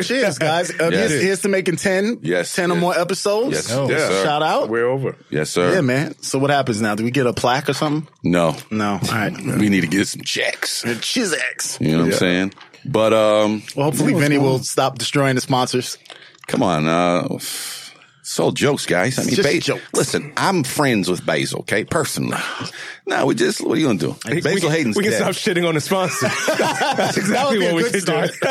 Cheers, guys. Uh, Yes. here's, here's to making 10, Yes. 10 or Yes. more episodes. Yes, No. yes, sir. Shout out. We're over. Yes, sir. Yeah, man. So what happens now? Do we get a plaque or something? No, No. All right. we need to get some checks. Cheers, X. You know what I'm Yeah. saying? But um, Well, hopefully Vinny will stop destroying the sponsors. come on, uh, it's all jokes, guys. I mean, Just Ba- jokes. listen, I'm friends with Basil, okay, personally. No, we just what are you gonna do? we Basil can, Hayden's we can dead. stop shitting on the sponsor. That's exactly be a what we good should start. do.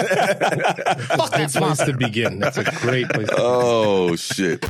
Fuck that place to begin. That's a great place. To Uh, oh shit.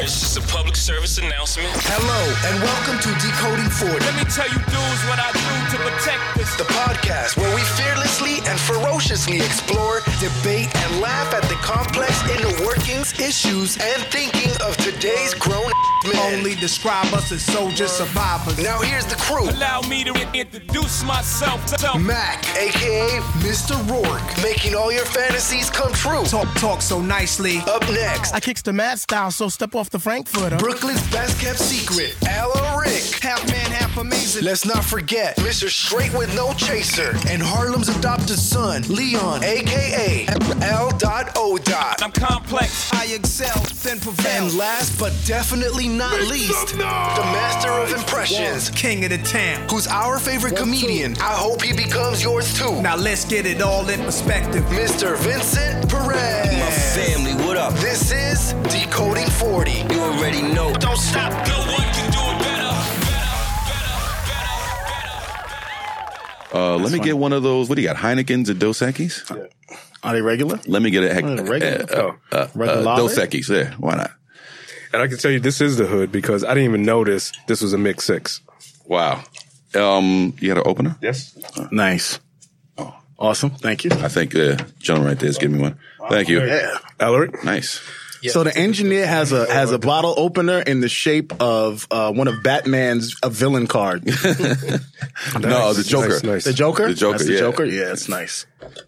It's just a public service announcement. Hello and welcome to Decoding 40, Let me tell you dudes what I do to protect this. the podcast where we fearlessly and ferociously explore, debate, and laugh at the complex inner workings, issues, and thinking of today's grown men. Only describe us as soldiers, survivors. Now here's the crew. Allow me to introduce myself. Tell me Mac, aka Mr. Rourke, making all your fantasies come true. Talk, talk so nicely. Up next, I kicks the mad style, so step off the Frankfurter. Brooklyn's best kept secret, Al Rick. Half man, half amazing. Let's not forget Mr. Straight with No Chaser and Harlem's adopted son, Leon, aka L.O. I'm complex. I excel, then And prevail. last but definitely not least, the master of impressions, King of the town. who's our favorite comedian. I hope he becomes yours too. Now let's get it all in perspective. Mr. Vincent Perez. My family, what up? This is Decoding 40. You already know. Don't stop. No one can do it better. Uh, let me get one of those. What do you got? Heinekens and Dos Equis? Are they regular? Let me get a, heck Oh, regular? uh, uh, uh, Regular uh, Dos lager? Equis. Yeah, why not? And I can tell you, this is the hood because I didn't even notice this was a mix six. Wow. Um, you got an opener? Yes. Nice. Oh. Awesome. Thank you. I think the gentleman right there is giving me one. Thank you. Yeah. Ellery? Nice. So the engineer has a has a bottle opener in the shape of uh, one of Batman's a villain card. The No, the Joker. Nice, nice. Joker. The Joker, That's the yeah. Joker. Yeah, it's nice.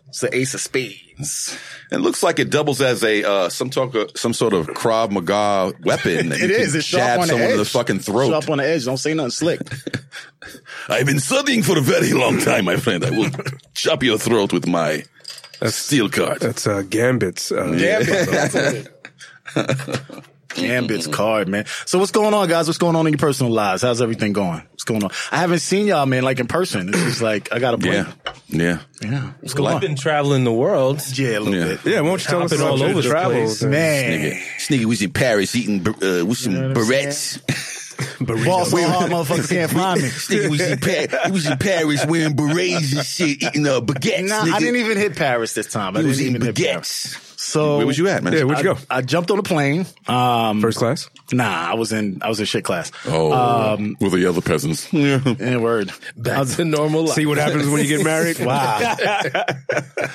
It's the Ace of Spades. It looks like it doubles as a uh, some talk of, some sort of Krav Maga weapon. that It you can is. It's sharp jab on the someone edge. in the fucking throat. Sharp on the edge. Don't say nothing slick. I've been studying for a very long time, my friend. I will chop your throat with my steel card. That's uh, Gambit's. Uh, Gambit's card, man. So what's going on, guys? What's going on in your personal lives? How's everything going? What's going on? I haven't seen y'all, man, like in person. It's just like I got to play. Yeah, yeah. yeah. What's Well, going I've on? been- Traveling the world. Yeah, a little Yeah. bit. yeah, won't you tell us Hopping about all your over the travels? place. and- Man, Nigga, Sniggy was in Paris eating uh, with some barrettes. boss, we hard motherfuckers can't find me. Nigga was in, pa- he was in Paris wearing berets and shit, eating uh, baguettes. Nah, nigga. I didn't even hit Paris this time. I He was didn't eating even hit Paris. baguettes. So Where was you at, man? Yeah, where'd you go? I jumped on a plane. Um, First class? nah, I was in I was in shit class. Oh, Um, with the other peasants. Yeah. In word, I was- normal life. See what happens when you get married? Wow.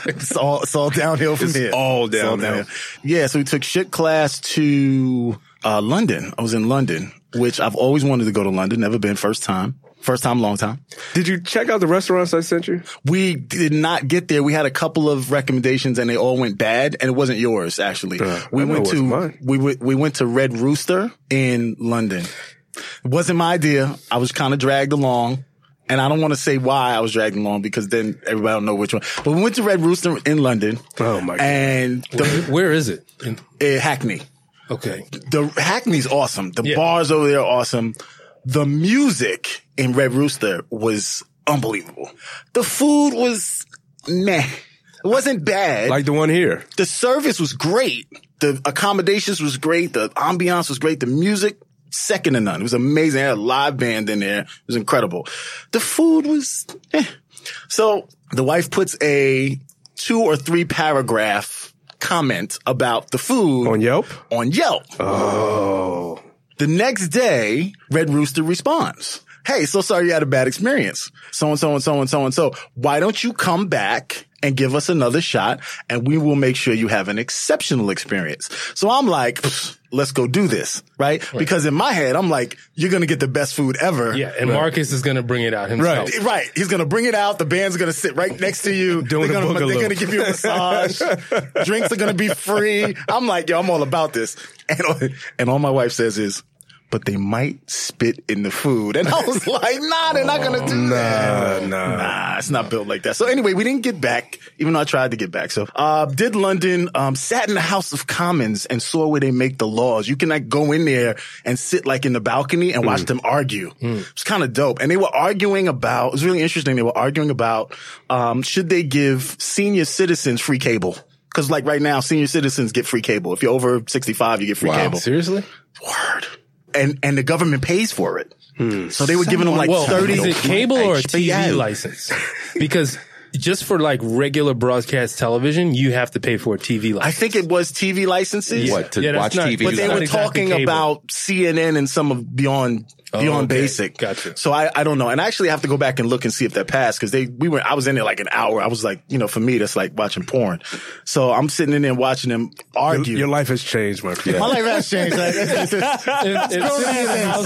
it's all it's all downhill from here. all It's downhill. Yeah, so we took shit class to uh, London. I was in London, which I've always wanted to go to London. Never been. First time. First time, long time. Did you check out the restaurants I sent you? We did not get there. We had a couple of recommendations and they all went bad and it wasn't yours actually. we I know went it to wasn't mine. we went we went to Red Rooster in London. It wasn't my idea. I was kind of dragged along. And I don't want to say why I was dragged along because then everybody will know which one. But we went to Red Rooster in London. Oh, my God. And the, Where is it? eh, Hackney. Okay. The Hackney's awesome. The bars over there are awesome. The music in Red Rooster was unbelievable. The food was meh. It wasn't bad. Like the one here. the service was great. The accommodations was great. The ambiance was great. The music, second to none. It was amazing. They had a live band in there. It was incredible. The food was, eh. So the wife puts a two or three paragraph comment about the food On Yelp? on Yelp. Oh. The next day, Red Rooster responds. Hey, so sorry you had a bad experience. So and so and so and so and so. Why don't you come back and give us another shot and we will make sure you have an exceptional experience. So I'm like, "Pfft, let's go do this, right? Because in my head, I'm like, you're going to get the best food ever. Yeah, and Marcus is going to bring it out himself. Right. Right. He's going to bring it out. The band's going to sit right next to you. Doing they're a gonna, they're boogaloo. going to give you a massage. Drinks are going to be free. I'm like, yo, I'm all about this. And, and all my wife says is, but they might spit in the food. And I was like, nah, they're not going to do that. nah. Nah, Ah, it's not built like that. So anyway, we didn't get back, even though I tried to get back. So, uh, did London, um, sat in the House of Commons and saw where they make the laws. You can like go in there and sit like in the balcony and Hmm. watch them argue. It's kind of dope. And they were arguing about, it was really interesting. They were arguing about, um, should they give senior citizens free cable? Cause like right now, senior citizens get free cable. If you're over 65, you get free cable. Seriously? Word. And, and the government pays for it. So they were giving them like Well, 30. Hmm. is it cable or a HBO. TV license? Because just for like regular broadcast television, you have to pay for a TV I license. think it was TV licenses. What, to Yeah, that's watch not- TV? but But they were not exactly talking cable. Oh, about CNN and some of Beyond Beyond okay. Basic. Gotcha. So I, I don't know, and I actually have to go back and look and see if that passed because they we were I was in there like an hour. I was like, you know, for me that's like watching porn. So I'm sitting in there watching them argue. Your life has changed, my friend. My life has changed. Like, it's- it's- If- if sitting in the House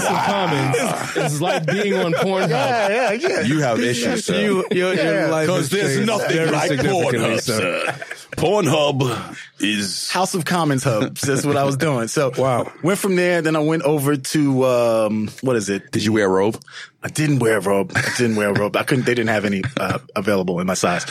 of Commons is like being on Pornhub. yeah, yeah, yeah. You have issues, sir. You, your, your life Because has there's changed nothing very like significantly, Pornhub, sir. sir. Pornhub is House of Commons hubs. That's what I was doing. So Wow. went from there. Then I went over to um, what is it? Did you wear a robe? I didn't wear a robe. I didn't wear a robe. I couldn't. They didn't have any uh, available in my size.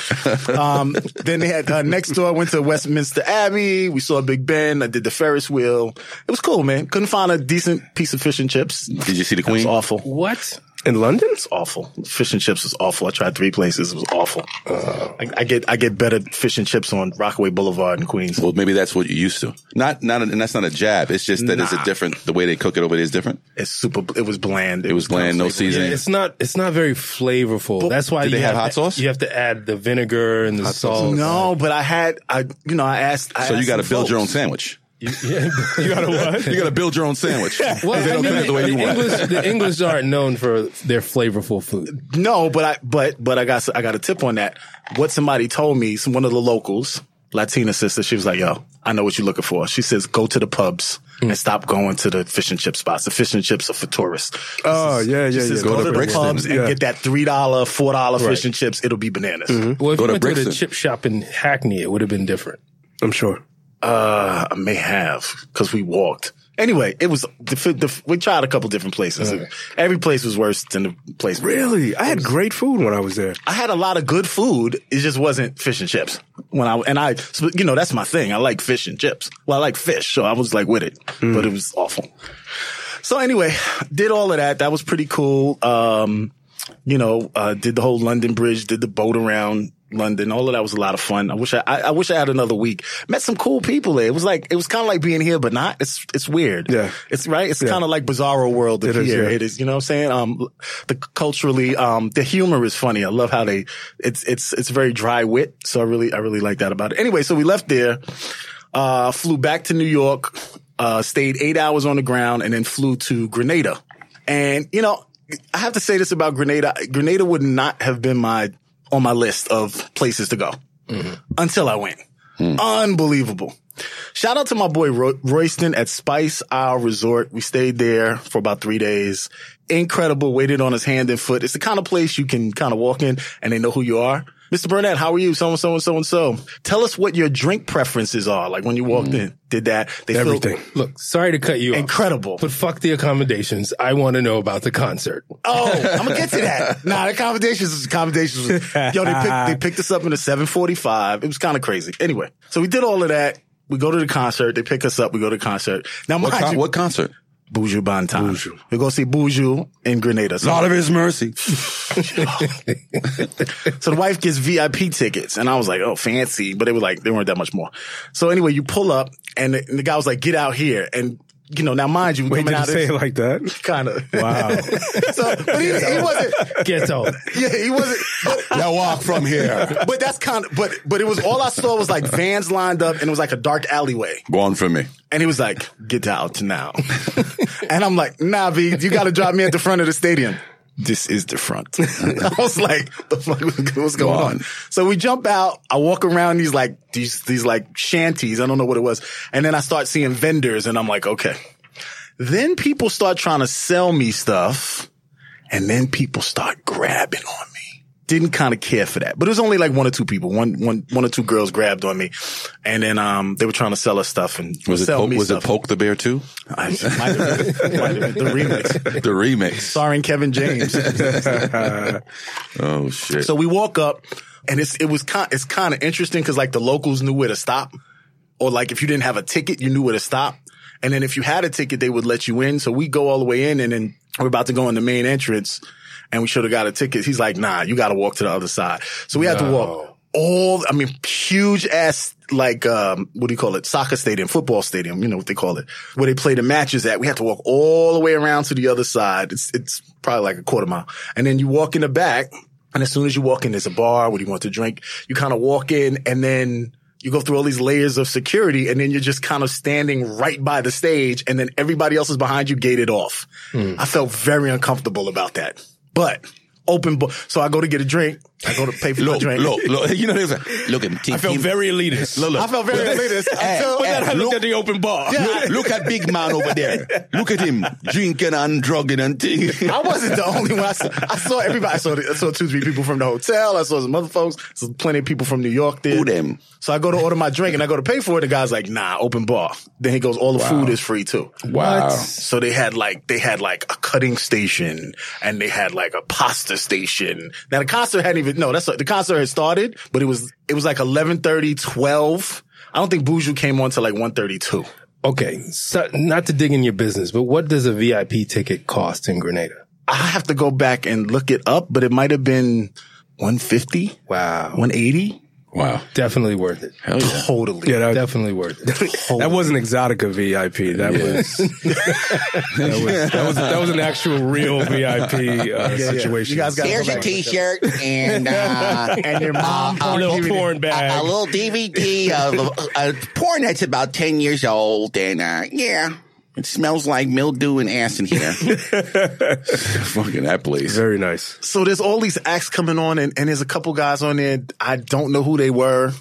Um, then they had uh, next door. I went to Westminster Abbey. We saw Big Ben. I did the Ferris wheel. It was cool, man. Couldn't find a decent piece of fish and chips. It Did you see the was Queen? awful. What? In London? It's awful. Fish and chips was awful. I tried three places. It was awful. Uh, I, I get I get better fish and chips on Rockaway Boulevard in Queens. Well, maybe that's what you used to. Not, not, and that's not a jab. It's just that it's a different. The way they cook it over there is different. It's super. It was bland. It was bland, no Yeah, seasoning. it's not. It's not very flavorful. That's why did you they have to- hot sauce? You have to add the vinegar and the salt. No, but I had I you know I asked. I so you asked got to some build your own folks. sandwich. you gotta what? You got to build your own sandwich. Well, They don't I mean, cook it the way you want. English, the English aren't known for their flavorful food. No, but I but but I got I got a tip on that. What somebody told me, some one of the locals, Latina sister, she was like, "Yo, I know what you're looking for." She says, "Go to the pubs Hmm. and stop going to the fish and chip spots. The fish and chips are for tourists. Oh, yeah, yeah, She yeah. says, go, to, the Brixton, pubs and yeah. get that three dollar, four dollar fish and chips. It'll be bananas. Mm-hmm. Well, if Go you to went to the Brixton. chip shop in Hackney, it would have been different. I'm sure. Uh, I may have because we walked." Anyway, it was the, fi- the f- we tried a couple different places. Every place was worse than the place. Really? I had great food when I was there. I had a lot of good food. It just wasn't fish and chips. When I and I, so, you know, that's my thing. I like fish and chips. Well, I like fish, so I was like with it, Mm. but it was awful. So anyway, did all of that. That was pretty cool. Um, you know, uh, did the whole London Bridge, did the boat around London. All of that was a lot of fun. I wish I, I, I wish I had another week. Met some cool people there. It was like, it was kind of like being here, but not. It's, it's weird. Yeah. It's right. It's Yeah. kind of like bizarro world It is, here. yeah. It is, you know what I'm saying? Um, the culturally, um, the humor is funny. I love how they, it's, it's, it's very dry wit. So I really, I really like that about it. Anyway, so we left there, uh, flew back to New York, uh, stayed eight hours on the ground and then flew to Grenada. And, you know, I have to say this about Grenada. Grenada would not have been my, on my list of places to go Mm-hmm. until I went. Unbelievable. Shout out to my boy Roy- Royston at Spice Isle Resort. We stayed there for about three days. Incredible. Waited on his hand and foot. It's the kind of place you can kind of walk in and they know who you are. Mr. Burnett, how are you? So and so and so and so. Tell us what your drink preferences are. Like when you walked in, did that? They feel Everything. Look, sorry to cut you off. incredible. But fuck the accommodations. I want to know about the concert. Oh, I'm gonna get to that. Nah, the accommodations was accommodations. Was, yo, they picked they picked us up in a 745. It was kind of crazy. Anyway, so we did all of that. We go to the concert. They pick us up. We go to the concert. Now, mind What, con- you, what concert? Buju Bantan. We go see Buju in Grenada. So, Lord of His mercy. so the wife gets VIP tickets, and I was like, oh, fancy. But they were like, they weren't that much more. So anyway, you pull up, and the, and the guy was like, get out here, and you know, now mind you, we Wait, coming did you out say it of like that? kind of. Wow. so, but he, he wasn't. Ghetto. Yeah, he wasn't. But, now walk from here. But that's kind of, but, but it was all I saw was like vans lined up and it was like a dark alleyway. Born for me. And he was like, get out now. and I'm like, nah, B, you got to drop me at the front of the stadium. This is the front. I was like, the fuck, what's going Wow. on? So we jump out. I walk around these like, these, these like shanties. I don't know what it was. And then I start seeing vendors and I'm like, okay. Then people start trying to sell me stuff and then people start grabbing on me. didn't kind of care for that. But it was only like one or two people. One one one or two girls grabbed on me, and then um they were trying to sell us stuff and Was it sell poke, me was stuff. it poke the bear too? I, might have been- might have been the remix The remix. starring Kevin James. Oh shit. So we walk up, and it's it was kind it's kind of interesting because like the locals knew where to stop, or like if you didn't have a ticket, you knew where to stop, and then if you had a ticket, they would let you in. So we go all the way in, and then we're about to go in the main entrance, and we should have got a ticket. He's like, "Nah, you got to walk to the other side." So we had to walk all. I mean, huge ass like um what do you call it soccer stadium football stadium you know what they call it where they play the matches at we had to walk all the way around to the other side it's it's probably like a quarter mile and then you walk in the back and as soon as you walk in, there's a bar. What do you want to drink? You kind of walk in and then you go through all these layers of security and then you're just kind of standing right by the stage and then everybody else is behind you gated off. Hmm. I felt very uncomfortable about that, but open book. So I go to get a drink. I go to pay for my look, drink. look, look. You know what I'm saying? Look at him. I elitist. Look, look. I felt very elitist until- look, the open bar. look, look at big man over there. Look at him drinking and drugging and thing. I wasn't the only one. I saw, I saw everybody. I saw, the, I saw two, three people from the hotel. I saw some other folks. I saw plenty of people from New York there. Who them? So I go to order my drink and I go to pay for it. The guy's like, nah, open bar. Then he goes, all the food is free too. Wow. So they had like they had like a cutting station and they had like a pasta station. Now the concert hadn't even no, that's the concert had started, but it was it was like 11:30, 12. I don't think Buju came on till like 1:32. Okay, so not to dig in your business, but what does a VIP ticket cost in Grenada? I have to go back and look it up, but it might have been 150, Wow, 180. Wow. definitely worth it. Hell yeah. Totally. Yeah, that, Definitely worth it. that wasn't Exotica VIP. That was that was that was that was an actual real VIP uh, yeah. situation. You guys got- There's a T-shirt and uh, And your mom a little porn bag. a, a little DVD of a porn that's about ten years old, and uh, yeah, it smells like mildew and ass in here. Fucking that place. very nice. So there's all these acts coming on and, and there's a couple guys on there. I don't know who they were,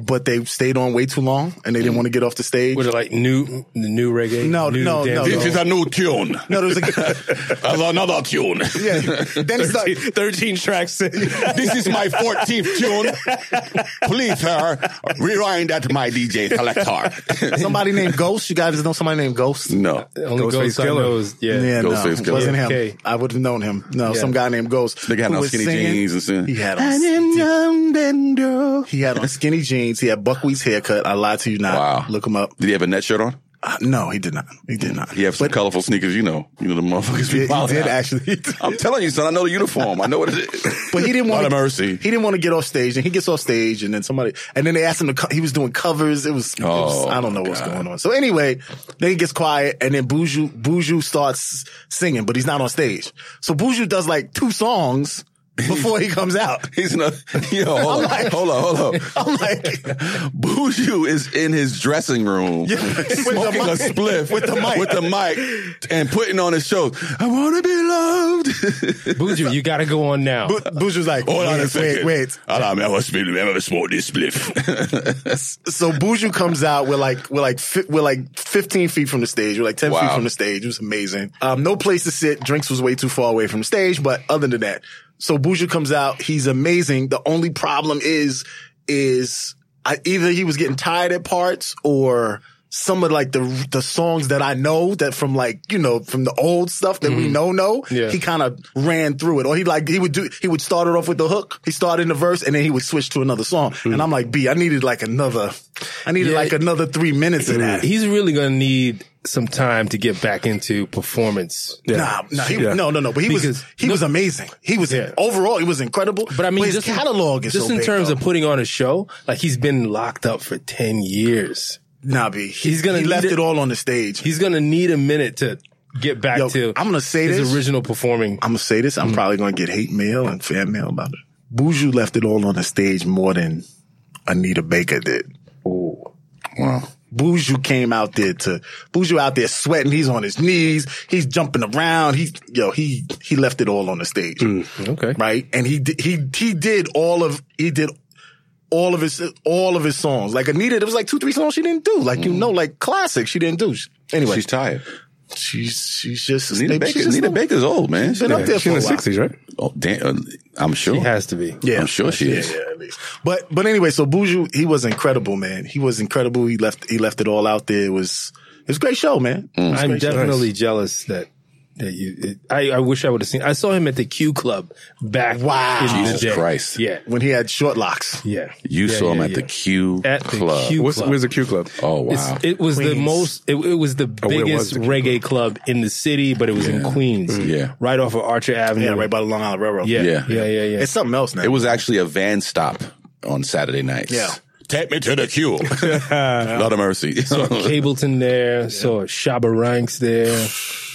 but they stayed on way too long and they didn't want to get off the stage. Was it like new, the new reggae? No, new no, dance no. This hall? is a new tune. No, there was a That's another tune. yeah. Then it's like, 13 tracks in. This is my 14th tune. Please, sir, rewind that, my DJ selector. Somebody named Ghost. You guys know somebody named Ghost? no. The Only Ghostface ghost I Killer. know is yeah. Yeah, no, Ghostface it Killer. wasn't him. Okay. I would have known him. No, some guy named Ghost. Nigga had who on was skinny singing. jeans and shit. He had on. He had on skinny jeans. He had Buckwheat's haircut. I lied to you not. Wow. Look him up. Did he have a net shirt on? Uh, no, he did not. He did not. He have some colorful sneakers, you know. You know the motherfuckers He, be he wild did out. actually. I'm telling you, son, I know the uniform. I know what it is. But he didn't want Lord to, have mercy. He didn't want to get off stage, and he gets off stage, and then somebody, and then they asked him to. Co- he was doing covers. It was, it was- Oh, I don't know what's God. going on. So anyway, then he gets quiet, and then Buju Buju starts singing, but he's not on stage. So Buju does like two songs before he comes out. He's not. Yo, hold on, hold on, hold on. I'm like, Buju is in his dressing room with the smoking a mic. spliff with the mic, with the mic, and putting on his shows. I want to be loved. Buju, you got to go on now. Bu- Buju's like, Hold on a wait, second. wait, wait. I don't remember smoking. I never smoked this spliff. So Buju comes out. We're like, we're like, fi- we're like 15 feet from the stage. We're like 10 feet Wow. from the stage. It was amazing. Um, no place to sit. Drinks was way too far away from the stage. But other than that, so Buju comes out. He's amazing. The only problem is, is I, either he was getting tired at parts or some of like the the songs that I know that from like you know from the old stuff that we know know Yeah. he kind of ran through it or he like he would do he would start it off with the hook he started in the verse and then he would switch to another song and I'm like B I needed like another I needed Mm-hmm. Yeah. like another three minutes of that He's really gonna need some time to get back into performance. Nah, nah, he, Yeah. no, no, no. But he Because- was he was amazing. He was Yeah. overall he was incredible. But I mean, his just catalog is just so in big, terms though. of putting on a show, like he's been locked up for ten years. nah, B. He, He's gonna he need left it- it, all on the stage. He's gonna need a minute to get back Yo, to. I'm gonna say his this. original performing. I'm gonna say this. Mm. I'm probably gonna get hate mail and fan mail about it. Buju left it all on the stage more than Anita Baker did. wow. Buju came out there to Buju out there sweating. He's on his knees. He's jumping around. He yo he he left it all on the stage, Mm, Okay, right? And he di- he he did all of he did all of his all of his songs. Like Anita, there was like two three songs she didn't do. Like you know, like classic she didn't do. Anyway, Mm. She's tired. She's she's just Nita they- Baker. she's Nita a- Baker's old man. been up there She's for in the a while. sixties, right? Oh, damn, uh, I'm sure. She has to be. Yeah, I'm sure she yeah, is. Yeah, at least. But but anyway, so Buju, he was incredible, man. He was incredible. He left he left it all out there. It was it was a great show, man. Mm. It was a I'm great show. definitely jealous that that you. It, I I wish I would have seen. I saw him at the Q Club back. Wow. in the Jesus day. Christ. Yeah, when he had short locks. yeah. You Yeah, saw him yeah, at the yeah. Q At the Club. Q What's, Club. where's the Q Club? Oh It's- wow. it was the Queens. most. It, it Oh, was the where was biggest the Q reggae club in the city, but it was in Queens. Yeah. right off of Archer Avenue. Yeah, right by the Long Island Railroad. Yeah, Yeah. yeah, yeah, yeah. It's something else now. it was actually a van stop on Saturday nights. Yeah. Take me to the Q. Lot of mercy. Cableton there. Saw Shaba Ranks there.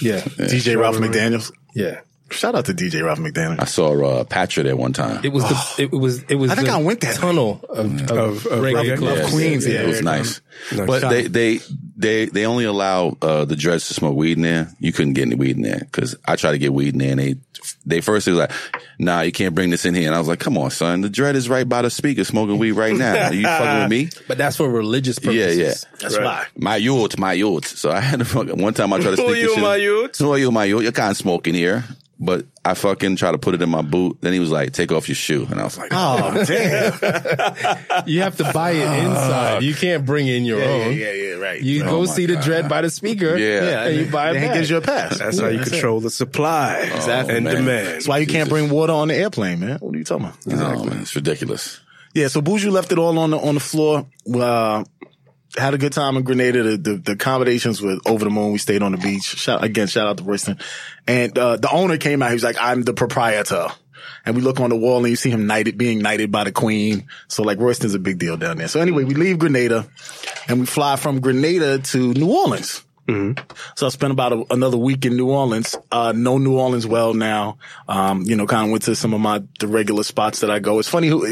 Yeah, DJ Ralph McDaniels. yeah. Shout out to DJ Ralph McDaniels. I saw uh, Patra there one time. It was the. It was. It was. I think the I went that tunnel of, of, Of- of reggae reggae? clubs. Yeah. Queens, yeah. it was nice. But they, they they they only allow uh, the judge to smoke weed in there. You couldn't get any weed in there because I tried to get weed in there. and They they first they was like, "Nah, you can't bring this in here." And I was like, "Come on, son, the dread is right by the speaker smoking weed right now. Are you fucking with me?" But that's for religious purposes. Yeah, yeah. That's why. My youth, my youth. So I had to fucking one time I tried to sneak Who this you, shit. my in. youth? Who are you, my youth? You can't smoke in here. But I fucking tried to put it in my boot. Then he was like, "Take off your shoe," and I was like, Oh damn! You have to buy it inside. You can't bring in your yeah, yeah, own. yeah, yeah, right. Oh. You right. go see the dread by the speaker. Yeah. and you buy it Then he back. gives you a pass. That's how you control the supply Exactly. and man. demand. That's why you can't Jesus. bring water on the airplane, man. What are you talking about? "Oh man, it's ridiculous." Yeah, so Buju left it all on the on the floor. Uh, had a good time in Grenada. The, the the accommodations were over the moon. We stayed on the beach. Shout again, shout out to Royston. And uh, the owner came out. He was like, "I'm the proprietor." And we look on the wall and you see him knighted, being knighted by the queen. So like Royston's a big deal down there. So anyway, we leave Grenada and we fly from Grenada to New Orleans. So I spent about a, another week in New Orleans. Uh, know New Orleans well now. Um, you know, kind of went to some of my, the regular spots that I go. It's funny who,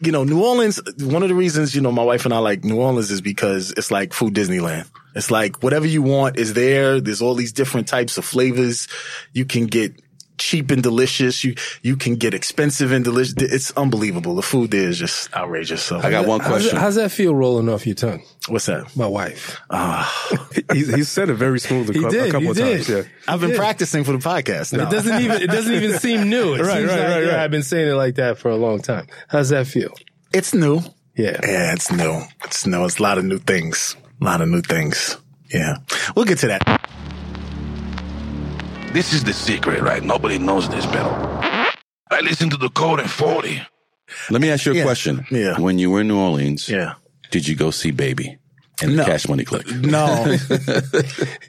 you know, New Orleans, one of the reasons, you know, my wife and I like New Orleans is because it's like food Disneyland. It's like whatever you want is there. There's all these different types of flavors. You can get cheap and delicious. You, you can get expensive and delicious. It's unbelievable. The food there is just outrageous. So I got one How's, question. that- how's that feel rolling off your tongue? what's that? My wife. He, he said it very smooth a, He cou- did, a couple he of did. times. Yeah. I've been practicing for the podcast. No. It doesn't even. It doesn't even seem new. It Right, seems right, like, right, yeah, right. I've been saying it like that for a long time. How's that feel? it's new. Yeah. Yeah, it's new. It's new. It's a lot of new things. A lot of new things. Yeah. We'll get to that. This is the secret, right? Nobody knows this better. I listen to the code in 40. Let me ask you a Yeah. question. Yeah. When you were in New Orleans, Yeah. did you go see Baby and No. the Cash Money Click? No,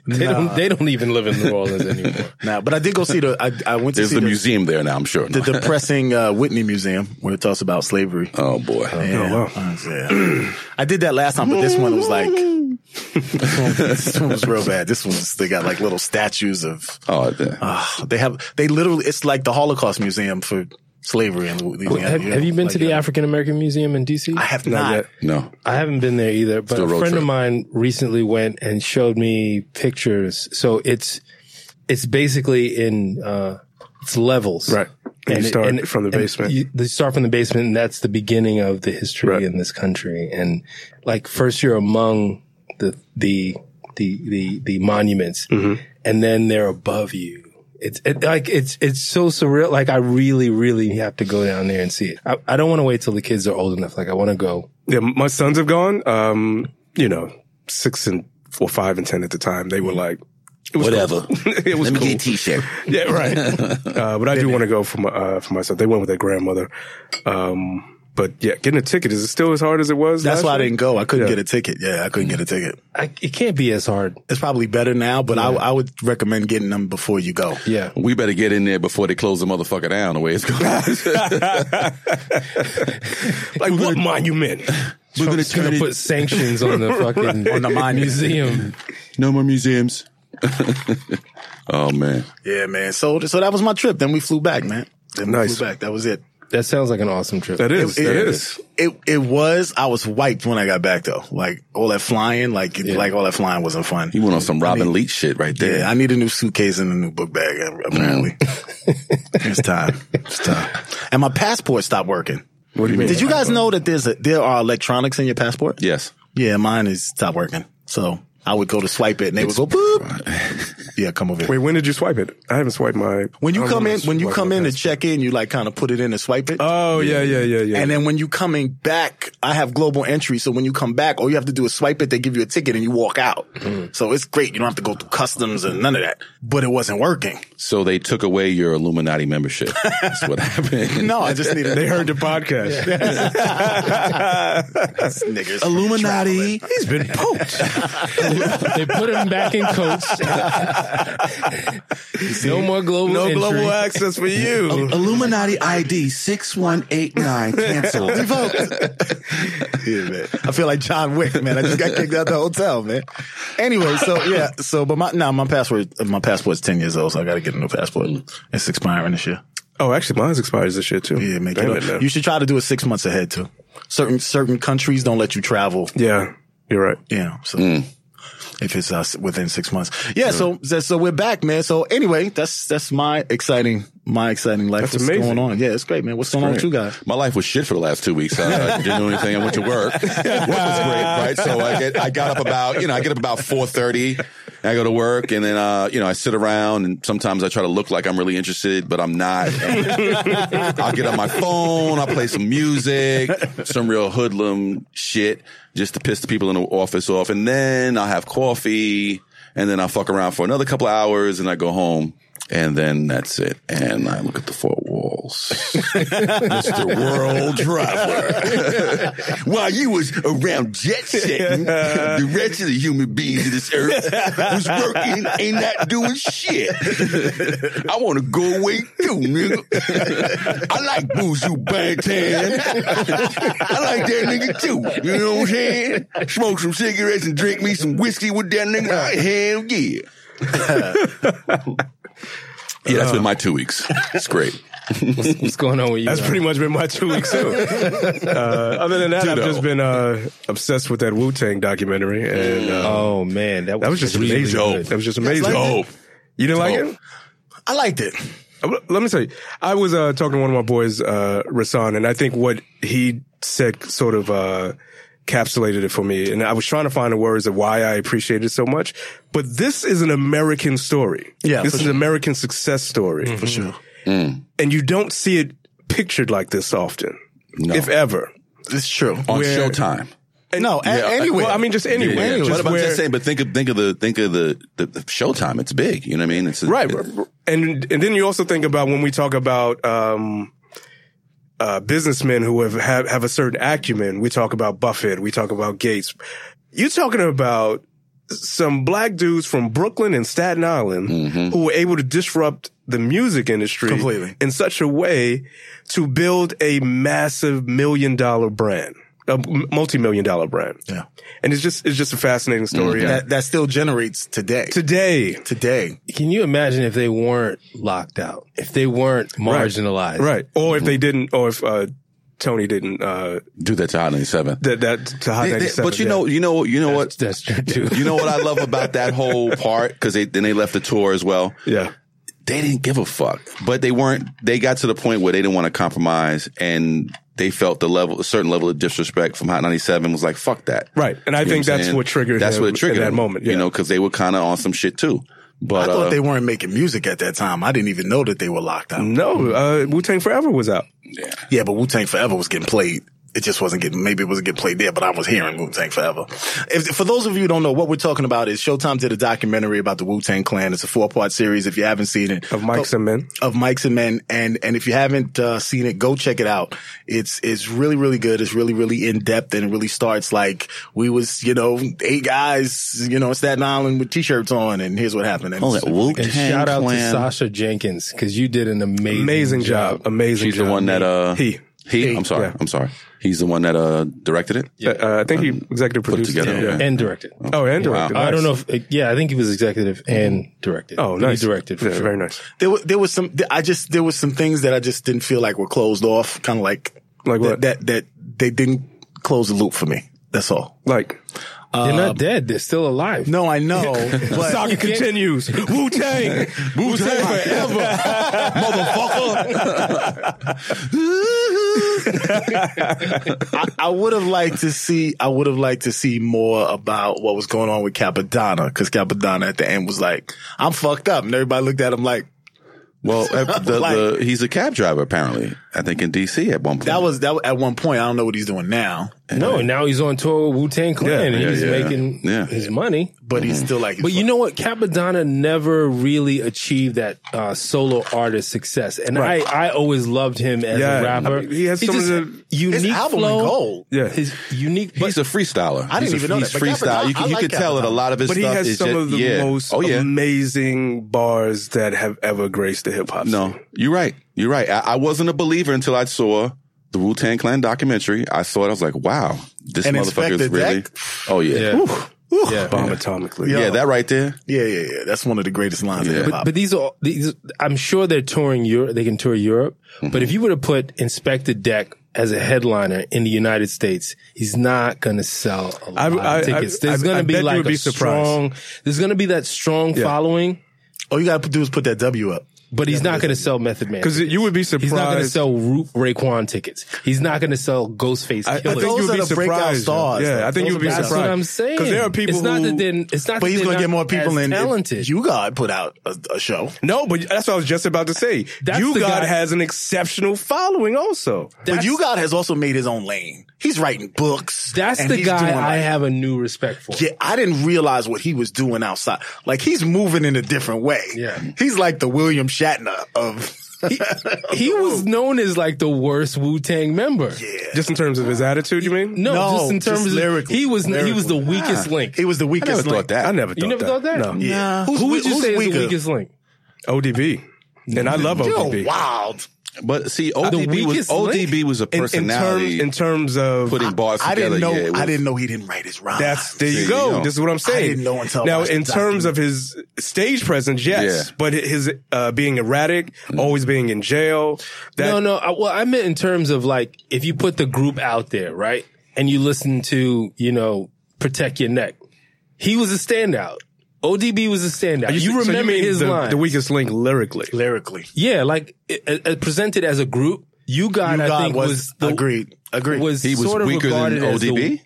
They uh, don't. They don't even live in New Orleans anymore. no, but I did go see the, I, I went to There's see the the, museum there now, I'm sure. the depressing uh, Whitney Museum where it talks about slavery. oh, boy. Yeah. Uh, yeah. I did that last time, but this one was like, this one was real bad. This one's, they got like little statues of, Oh, the- uh, they have, they literally, it's like the Holocaust Museum for slavery in Louisiana. Oh, Have, have you been to Like, the uh, African American Museum in DC? I have not. yet. no. I haven't been there either, but Still a road friend trip. of mine recently went and showed me pictures. So it's it's basically in uh it's levels. Right. And you start from the and basement. You, they start from the basement and that's the beginning of the history Right. in this country. And like first you're among the the the the, the monuments Mm-hmm. and then they're above you. It's it, like it's it's so surreal. Like I really, really have to go down there and see it. I, I don't want to wait till the kids are old enough. Like I want to go Yeah, my sons have gone. Um, you know, six and or five and ten at the time. They were Mm-hmm. like, it was Whatever. cool. it was Let me cool. get a t-shirt. yeah, right. uh, but I do want to go for my uh, for my son. They went with their grandmother. Um, but yeah, getting a ticket is it still as hard as it was? That's last why I year? didn't go. I couldn't Yeah. get a ticket. Yeah, I couldn't get a ticket. I, it can't be as hard. It's probably better now, but I, I would recommend getting them before you go. Yeah. We better get in there before they close the motherfucker down the way it's going. Like what monument? we're going to It's gonna turn it. put sanctions on the fucking on the mine museum. no more museums. oh, man. Yeah, man. So so that was my trip. Then we flew back, man. Then we Nice. flew back. That was it. That sounds like an awesome trip. That is. It- that it- is. It it was. I was wiped when I got back though. Like all that flying, like like all that flying wasn't fun. You went on some Robin Leach shit right there. Yeah, I need a new suitcase and a new book bag. Apparently, it's time. It's time. And my passport stopped working. What do you mean? Did you guys know that there's a, there are electronics in your passport? yes. Yeah, mine is stopped working. So I would go to swipe it and they would go boop. Yeah, come over here. Wait, when did you swipe it? I haven't swiped my. When I you don't come in, remember when you swiping come my in to past. check in, you like kind of put it in and swipe it. Oh yeah, yeah, yeah, yeah. And then when you coming back, I have global entry. So when you come back, all you have to do is swipe it. They give you a ticket and you walk out. Mm-hmm. So it's great. You don't have to go through customs and none of that. But it wasn't working. So they took away your Illuminati membership. That's what happened. No, I just needed. they heard the podcast. niggas. Illuminati. He's been poked. they put him back in coats. no more global. No entry. global access for you. Illuminati ID 6189 canceled. Yeah, man. I feel like John Wick, man. I just got kicked out the hotel, man. Anyway, so yeah, so but my now my passport my passport's ten years old, so I got to get a new passport. It's expiring this year. Oh, actually, mine's expires this year too. Yeah, make Damn it man. up. You should try to do it six months ahead too. Certain certain countries don't let you travel. yeah, you're right. You know, so Mm. if it's us within six months, yeah. So so we're back, man. So anyway, that's that's my exciting my exciting life. That's What's amazing. going on? Yeah, it's great, man. What's going on with you guys? My life was shit for the last two weeks. Uh, I didn't do anything. I went to work. Work was great, right? So I get I got up about you know I get up about four thirty. I go to work and then uh, you know I sit around and sometimes I try to look like I'm really interested, but I'm not. And I'll get on my phone. I'll play some music, some real hoodlum shit, just to piss the people in the office off. And then I'll have coffee and then I'll fuck around for another couple of hours and I go home. And then that's it. And I look at the four walls. Mr. World Traveler. While you was around jet setting, the rest of the human beings of this earth was working and not doing shit. I want to go away too, nigga. I like Boozu Bantan. I like that nigga too. You know what I'm saying? Smoke some cigarettes and drink me some whiskey with that nigga. Hell yeah. yeah, that's been my two weeks. It's great. What's going on with you? That's man? pretty much been my two weeks too. uh, other than that, I've Ditto. just been uh, obsessed with that Wu Tang documentary, and uh, Oh man, that was, that was just really amazing. good. That was just amazing. Dope. You didn't like Dope. it? I liked it. Uh, Let me tell you, I was uh, talking to one of my boys, uh, Rasan, and I think what he said sort of uh, capsulated it for me. And I was trying to find the words of why I appreciate it so much. But this is an American story. Yeah, this for is an American success story for sure. And you don't see it pictured like this often, No. if ever. It's true. on Where- Showtime. no, a- Yeah, I- anyway. Well, I mean, just anywhere. Yeah, Just but I'm where- just saying. But think of think of the think of the, the, the Showtime. It's big. You know what I mean? It's a, right it- and and then you also think about when we talk about um uh businessmen who have have, have a certain acumen we talk about buffett we talk about gates you're talking about some black dudes from Brooklyn and Staten Island who were able to disrupt the music industry Completely. in such a way to build a massive million dollar brand, a multi million dollar brand. Yeah. And it's just, it's just a fascinating story. that that still generates today. Today, today. Can you imagine if they weren't locked out? If they weren't marginalized? Right. Or Mm-hmm. if they didn't, or if uh, Tony didn't, uh, do that to Hot 97. that, that to Hot They- they- 97. but you know, you know, you know what? That's true too. You know what I love about that whole part because they then they left the tour as well. yeah. They didn't give a fuck, but they weren't. They got to the point where they didn't want to compromise, and they felt the level, a certain level of disrespect from Hot 97 was like fuck that. Right. And I know think I'm that's what triggered That's him what triggered in that him, moment, You yeah. know, because they were kind of on some shit too. But I uh, thought they weren't making music at that time. I didn't even know that they were locked out. No, uh, Wu Tang Forever was out. Yeah, but Wu Tang Forever was getting played. It just wasn't getting, maybe it wasn't getting played there, but I was hearing Wu Tang Forever. If, for those of you who don't know, what we're talking about is Showtime did a documentary about the Wu Tang Clan. It's a four part series. If you haven't seen it, Of Mike's go- and Men. Of Mike's and Men. And, and if you haven't uh, seen it, go check it out. It's, it's really, really good. It's really, really in depth and it really starts like we was, you know, eight guys, you know, in Staten Island with t shirts on and here's what happened. And oh, it's- that Wu And Tang shout out Clan. to Sasha Jenkins because you did an amazing, Amazing job. Amazing She's job. the one that uh He. he, I'm sorry yeah. I'm sorry he's the one that uh directed it Uh, uh, I think he executive produced together, it. Yeah. yeah. and directed. Oh, and directed. I Nice. don't know if yeah, I think he was executive and directed. Oh, nice. He directed for Yeah, sure. Very nice. there were, there was some th- I just there was some things that I just didn't feel like were closed off, kind of like Like what? that, that that they didn't close the loop for me. That's all. Like, They're Um, not dead. They're still alive. No, I know. the But saga continues. Wu Tang, Wu Tang forever, motherfucker. I, I would have liked to see. I would have liked to see more about what was going on with Capadonna because Capadonna at the end was like, "I'm fucked up," and everybody looked at him like, Well, uh, the, Like- the, he's a cab driver apparently. I think in D.C. at one point. "That was that." was- At one point, I don't know what he's doing now, No, now he's on tour with Wu Tang Clan and yeah, he's yeah. making Yeah. his money. but he's still like. Mm-hmm. But you know what? Capadonna never really achieved that uh, solo artist success, and I, I always loved him as Yeah. a rapper. He has some of the- unique his album flow. went gold. Yeah. his unique. But He's a freestyler. I didn't He's a- even know he's that, but freestyle. Capadonna- You can, I you like can tell that a Capadonna. lot of his But he stuff has is some just, of the yeah. most oh yeah. amazing bars that have ever graced the hip hop. No, scene. you're right. You're right. I, I wasn't a believer until I saw the Wu Tang Clan documentary. I saw it. I was like, wow, this And motherfucker Inspector is really. Deck? Oh yeah. Yeah. Whew. yeah. bomb atomically. Yeah, that right there. yeah, yeah, yeah. That's one of the greatest lines in Yeah. hip But, hop. but these are these. I'm sure they're touring Europe. They can tour Europe. But if you were to put Inspector Deck as a headliner in the United States, he's not going to sell a lot I- I- of tickets. I- There's I going to be bet you like would a be surprised. strong. There's going to be that strong following, All you gotta do is put that W up. but he's not going to sell Method Man. Because you would be surprised. He's not going to sell Ru- Raekwon tickets. He's not going to sell Ghostface I, I think Killers. Those you'd are be the breakout surprised. stars, yeah, though. I think Those you'd be are- That's surprised. what I'm saying. Because there are people It's not who that they're, it's not that But he's they're gonna get not more people as in. Talented. You God put out a, a show. No, but that's what I was just about to say. That's you the God guy- has an exceptional following also. but you God has also made his own lane. He's writing books. That's and the he's doing, guy I like, have a new respect for. Yeah, I didn't realize what he was doing outside. Like he's moving in a different way. Yeah. he's like the William Shatner of. He, he was known as like the worst Wu Tang member. Just in terms of his attitude, you mean? No, No, just in terms oh, just of lyrically. Ah. he was he was the weakest link. He was the I never weakest. link. thought that. I never thought you never that. thought that? No. Yeah. Who would you who's say is weaker? the weakest link? ODB. And I love You're ODB. wild. But see, ODB was weakest link. ODB was a In, in, terms, personality in terms of. putting bars I didn't together. know. yeah, it I was- didn't know he didn't write his rhymes. that's there you you go. go. This is what I'm saying. didn't know until I now, watched in the terms of his stage presence, yes, Yeah. Mm. but his uh, being erratic, always being in jail. That, no, no. I, well, I meant in terms of like if you put the group out there, right, and you listen to you know protect your neck. He was a standout. ODB was a standout. You, so remember mean his the, line? the weakest link lyrically. lyrically. yeah, like it, it presented as a group. You got, You I God think, was, was, the, agreed. Agreed. was He was sort of weaker than regarded as the- ODB.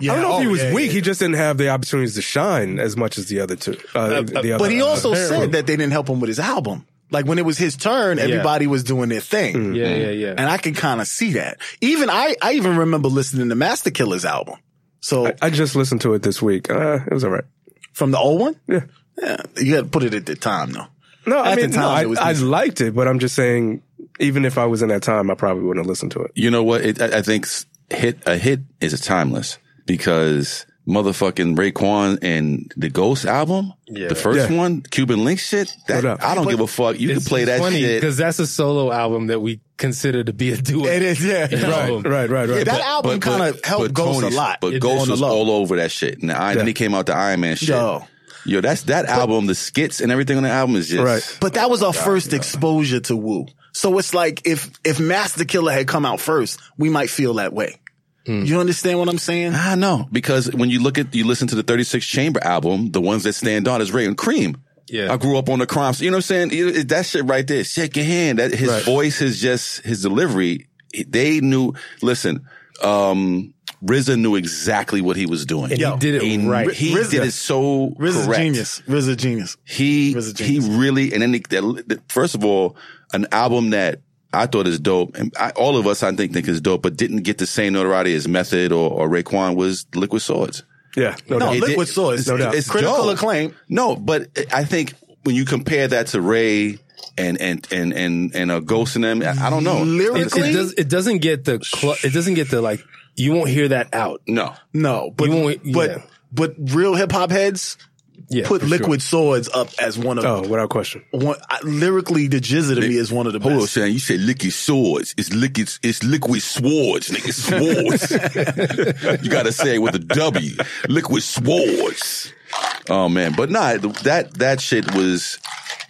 Yeah. I don't know if Oh, he was yeah, weak. yeah. He just didn't have the opportunities to shine as much as the other two. Uh, the other, But he also uh, said that they didn't help him with his album. Like when it was his turn, everybody was doing their thing. yeah, Mm. yeah, yeah. And I can kind of see that. Even I, I even remember listening to Master Killer's album. So I just listened to it this week. Uh, it was all right. from the old one? Yeah. Yeah. You had to put it at the time though. No, I At the mean, no, time, I, it was I decent. liked it, but I'm just saying, even if I was in that time, I probably wouldn't have listened to it. You know what? It, I, I think s- hit a hit is a timeless because motherfucking Raekwon and the Ghost album, the first Yeah. one, Cuban Link shit. That, What up? I don't give a fuck. You can play that funny shit. because that's a solo album that we consider to be a duet. It is, yeah. album. Right, right, right. that album kind of helped but Ghost Tony's- a lot. But It Ghost did. was On the low. all over that shit. And the Iron- then he came out the Iron Man shit. Yo. Yo, that's that album. The skits and everything on the album is just Right. But that was our first exposure to Wu. So it's like if if Master Killer had come out first, we might feel that way. Hmm. You understand what I'm saying? I know because when you look at you listen to the 36 Chamber album, the ones that stand out is Ray and Cream. Yeah. I grew up on the crime. scene. You know what I'm saying? It- it- That shit right there. Shake your hand. That his voice is just his delivery. They knew. Listen, um, RZA knew exactly what he was doing. And he did it right. He RZA. did it so RZA's correct. genius. RZA's genius. He RZA he genius. really and then he, that- first of all, an album that I thought is dope, and I, all of us I think think is dope, but didn't get the same notoriety as Method or, or Raekwon was Liquid Swords. Yeah, no, No, doubt. It Oh, Liquid did- Swords. it's- it's critical dope. acclaim. No, but I think when you compare that to Ray and and and and and uh, Ghost and them, I I don't know. It, Lyrically, it does. It doesn't get the. Cl- it doesn't get the like. You won't hear that out. No, no, but You won't- yeah. but but real hip hop heads Yeah, put for sure. Liquid Swords up as one of Oh, without question. one I, lyrically. The Jizz to me is one of the Hold on, best. Shane. You said liquid swords. It's liquid. It's liquid swords, nigga. Swords. you gotta say it with a W. Liquid swords. Oh man, but nah, th- that that shit was,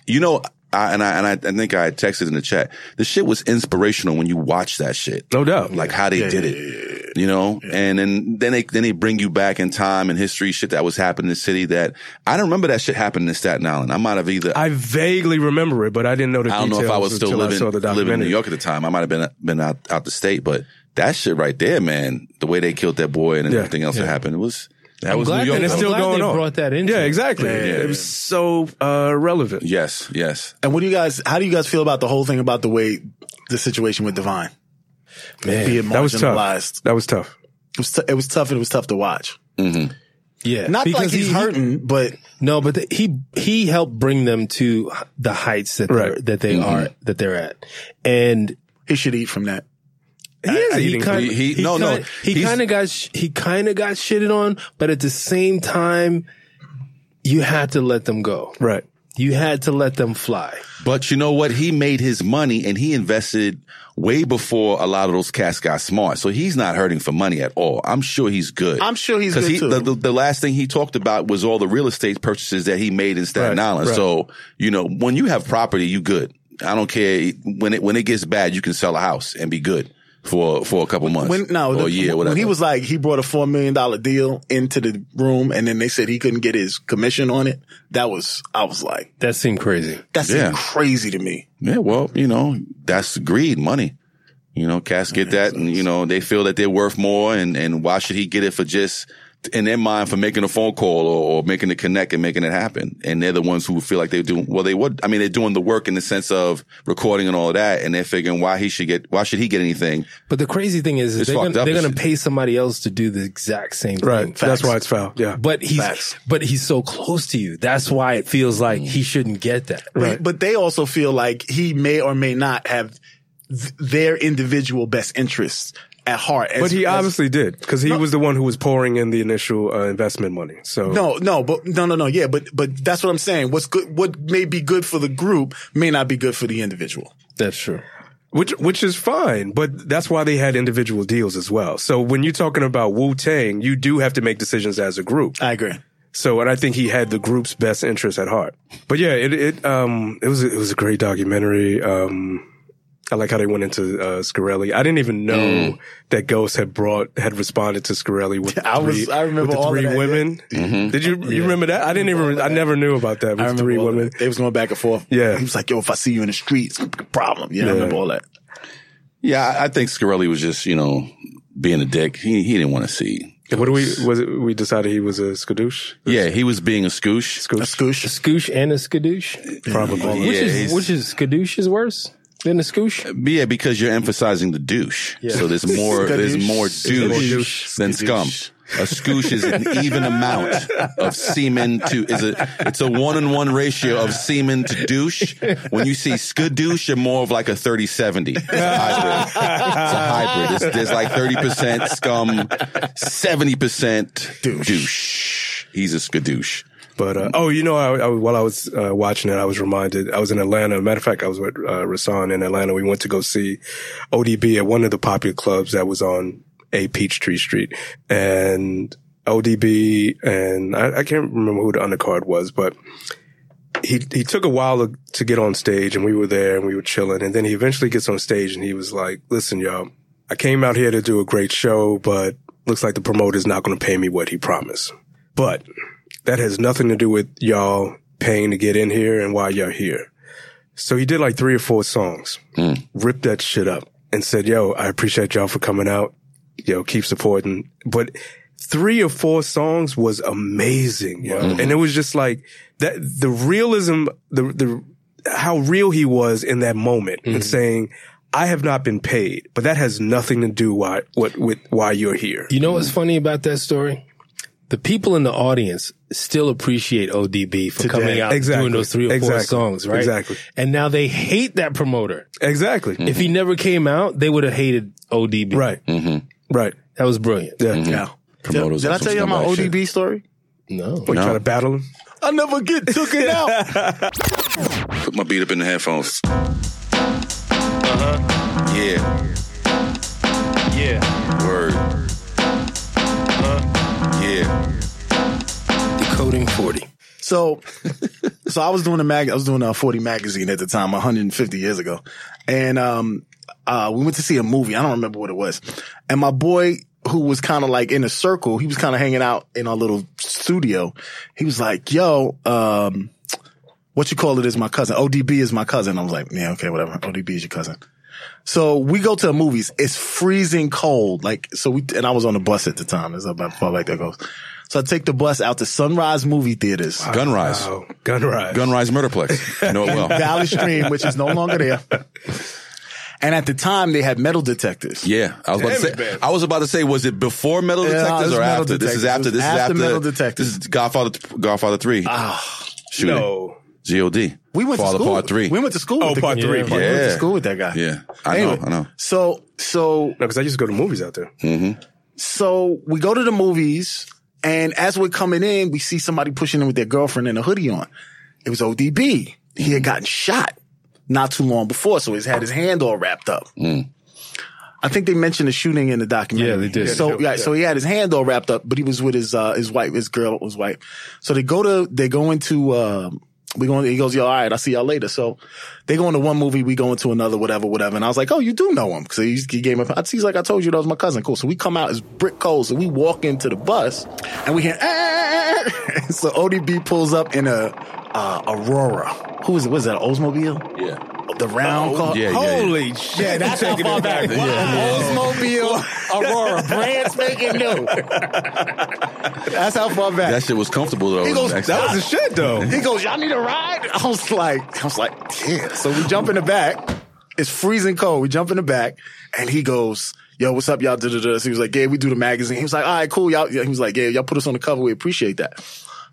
you know, I, and I and I, I think I texted in the chat. The shit was inspirational when you watch that shit. No doubt. like how they did it. you know, and then then they then they bring you back in time and history shit that was happening in the city that I don't remember that shit happened in Staten Island. I might have either I vaguely remember it, but I didn't know the I don't know if details I was still until living, I saw the living in New documentary. York at the time. I might have been been out, out the state, but that shit right there, man, the way they killed that boy and Yeah, everything else that yeah. happened, it was that I'm was glad New York. and it's I'm still glad- going they on. brought that into yeah, it. exactly. Yeah. It was so uh, relevant. Yes, yes. And what do you guys? How do you guys feel about the whole thing about the way the situation with Divine being marginalized? That was tough. That was tough. It was, t- it was tough, and it was tough to watch. Yeah, Not because like he's he- he- hurting, but No, but the, he he helped bring them to the heights that they're Right. that they are that they're at, and he should eat from that. He is he eating. kinda- he- he- no, no, kinda- he he's- kind of got sh- he kind of got shitted on, but at the same time, you had to let them go. right. You had to let them fly. But you know what? He made his money and he invested way before a lot of those cats got smart. So he's not hurting for money at all. I'm sure he's good. I'm sure he's 'Cause good he- too. The, the, the last thing he talked about was all the real estate purchases that he made in Staten Right, Island. right. So you know, when you have property, you good. I don't care when it when it gets bad, you can sell a house and be good for for a couple months When no, or Oh, the- a year, whatever. when he was like he brought a four million dollar deal into the room, and then they said he couldn't get his commission on it. That was I was like, That seemed crazy. that's Yeah. crazy to me. Yeah, well, you know, that's greed, money. You know, cats get that and, you know, they feel that they're worth more and, and why should he get it for just, in their mind, for making a phone call or, or making the connect and making it happen. And they're the ones who feel like they're doing, well, they would, I mean, they're doing the work in the sense of recording and all of that. And they're figuring why he should get, why should he get anything? But the crazy thing is, is It's they're fucked gonna, up they're as gonna shit. pay somebody else to do the exact same Right. thing. That's why it's foul. Yeah. But he's Facts. but he's so close to you. That's why it feels like he shouldn't get that. But- But, they also feel like he may or may not have th- their individual best interests at heart. as- but he as- obviously did because he was the one who was pouring in the initial uh, investment money. So No, no, but no, no, no. Yeah, but but that's what I'm saying. What's good, what may be good for the group may not be good for the individual. That's true. which which is fine, but that's why they had individual deals as well. So when you're talking about Wu Tang, you do have to make decisions as a group. I agree. So, and I think he had the group's best interest at heart. But yeah, it it um it was it was a great documentary. Um, I like how they went into uh, Scarelli. I didn't even know Mm. that Ghost had brought had responded to Scarelli with the I was- three, I remember with the all of three that, yeah. Mm-hmm. women. Did you you remember that? I didn't even I never knew about that with three all of women. that. They was going back and forth. Yeah. he was like, "Yo, if I see you in the street, it's gonna be a problem." Yeah, I remember all that. Yeah, I, I think Scarelli was just, you know, being a dick. He, he didn't want to see. What do we was it, we decided he was a skadoosh? Yeah, he was being a scoosh. A scoosh. Skoosh and a skadoosh? Probably. Which Yeah, is he's- which is skadoosh is worse than a skoosh? Yeah, because you're emphasizing the douche. So there's more there's more douche than scum. A scoosh is an even amount of semen to is a it's a one in one ratio of semen to douche. When you see skadoosh, you're more of like a 30 70. It's a hybrid. It's a hybrid. It's, there's like 30% scum, 70% douche. He's a skadoosh. But uh, oh, you know, I, I, while I was uh, watching it, I was reminded I was in Atlanta. Matter of fact, I was with uh, Rasan in Atlanta. We went to go see ODB at one of the popular clubs that was on a Peachtree Street, and ODB and I, I can't remember who the undercard was, but he he took a while to- to get on stage, and we were there and we were chilling, and then he eventually gets on stage and he was like, "Listen, y'all, I came out here to do a great show, but looks like the promoter's not going to pay me what he promised, but." that has nothing to do with y'all paying to get in here and why y'all here. So he did like three or four songs, ripped that shit up and said, yo, I appreciate y'all for coming out. Yo, keep supporting. But three or four songs was amazing. Yo. And it was just like that, the realism, the, the, how real he was in that moment and saying, I have not been paid, but that has nothing to do why, what, with why you're here. You know what's funny about that story? The people in the audience still appreciate ODB for coming out Exactly. doing those three or four Exactly. songs, right? Exactly. And now they hate that promoter. Exactly. If he never came out, they would have hated ODB. Right. Right. That was brilliant. Yeah. Mm-hmm. Yeah. Did, Promoters did on I some tell you my scumbag ODB story? No. What, you trying to battle him? I never get took it out. shit. Put my beat up in the headphones. Yeah. Yeah. Word. Yeah. Decoding 40. So, so I was doing a mag, I was doing a 40 magazine at the time, 150 years ago. And, um, uh, we went to see a movie. I don't remember what it was. And my boy, who was kind of like in a circle. He was kind of hanging out in our little studio. He was like, yo, um, what you call it is my cousin. ODB is my cousin. I was like, yeah, okay, whatever. ODB is your cousin. So we go to the movies. It's freezing cold. Like, so we, and I was on the bus at the time. That's about how far back that goes. So I take the bus out to Sunrise movie theaters. Gunrise. Oh, Gunrise. Gunrise Murderplex. You know it well. Valley Stream, which is no longer there. And at the time, they had metal detectors. Yeah, I was about Damn to say. it, man. I was about to say, was it before Metal Yeah, Detectors it was or Metal after? This is Detectors. after. This It was is after after Metal Detectors. This is Godfather, Godfather Three. Ah, shooting. no. God. We went Father to school. Part Three. We went to school. Oh, with the- part three, Yeah. part We went three. to school with that guy. yeah, I Anyway, know. I know. So, so No, because I used to go to movies out there. So we go to the movies, and as we're coming in, we see somebody pushing in with their girlfriend and a hoodie on. It was ODB. He had gotten shot not too long before, so he's had his hand all wrapped up. Mm. I think they mentioned the shooting in the documentary. Yeah, they did. So yeah, so he had his hand all wrapped up, but he was with his uh, his wife, his girl was wife. So they go to they go into um we go. He goes, "Yo, all right, I'll see y'all later." So they go into one movie, we go into another, whatever, whatever. And I was like, "Oh, you do know him?" Because he, he gave me. I- He's like, "I told you that was my cousin." Cool. So we come out as brick cold. So we walk into the bus, and we hear. "Eh, "Ah!" so ODB pulls up in a uh, Aurora. Who is it? Was that Oldsmobile? Yeah, The round car. yeah, yeah, yeah. Holy shit. Yeah, that's how far back. Wow. Oldsmobile, Aurora, brand spanking new. That's how far back. That shit was comfortable though. He goes, Actually. That was the shit, though. he goes, "Y'all need a ride." I was like, "I was like, yeah." So we jump in the back. It's freezing cold. We jump in the back, and he goes, "Yo, what's up, y'all?" Da da da. So he was like, "Yeah, we do the magazine." He was like, "All right, cool, y'all." He was like, "Yeah, y'all put us on the cover. We appreciate that."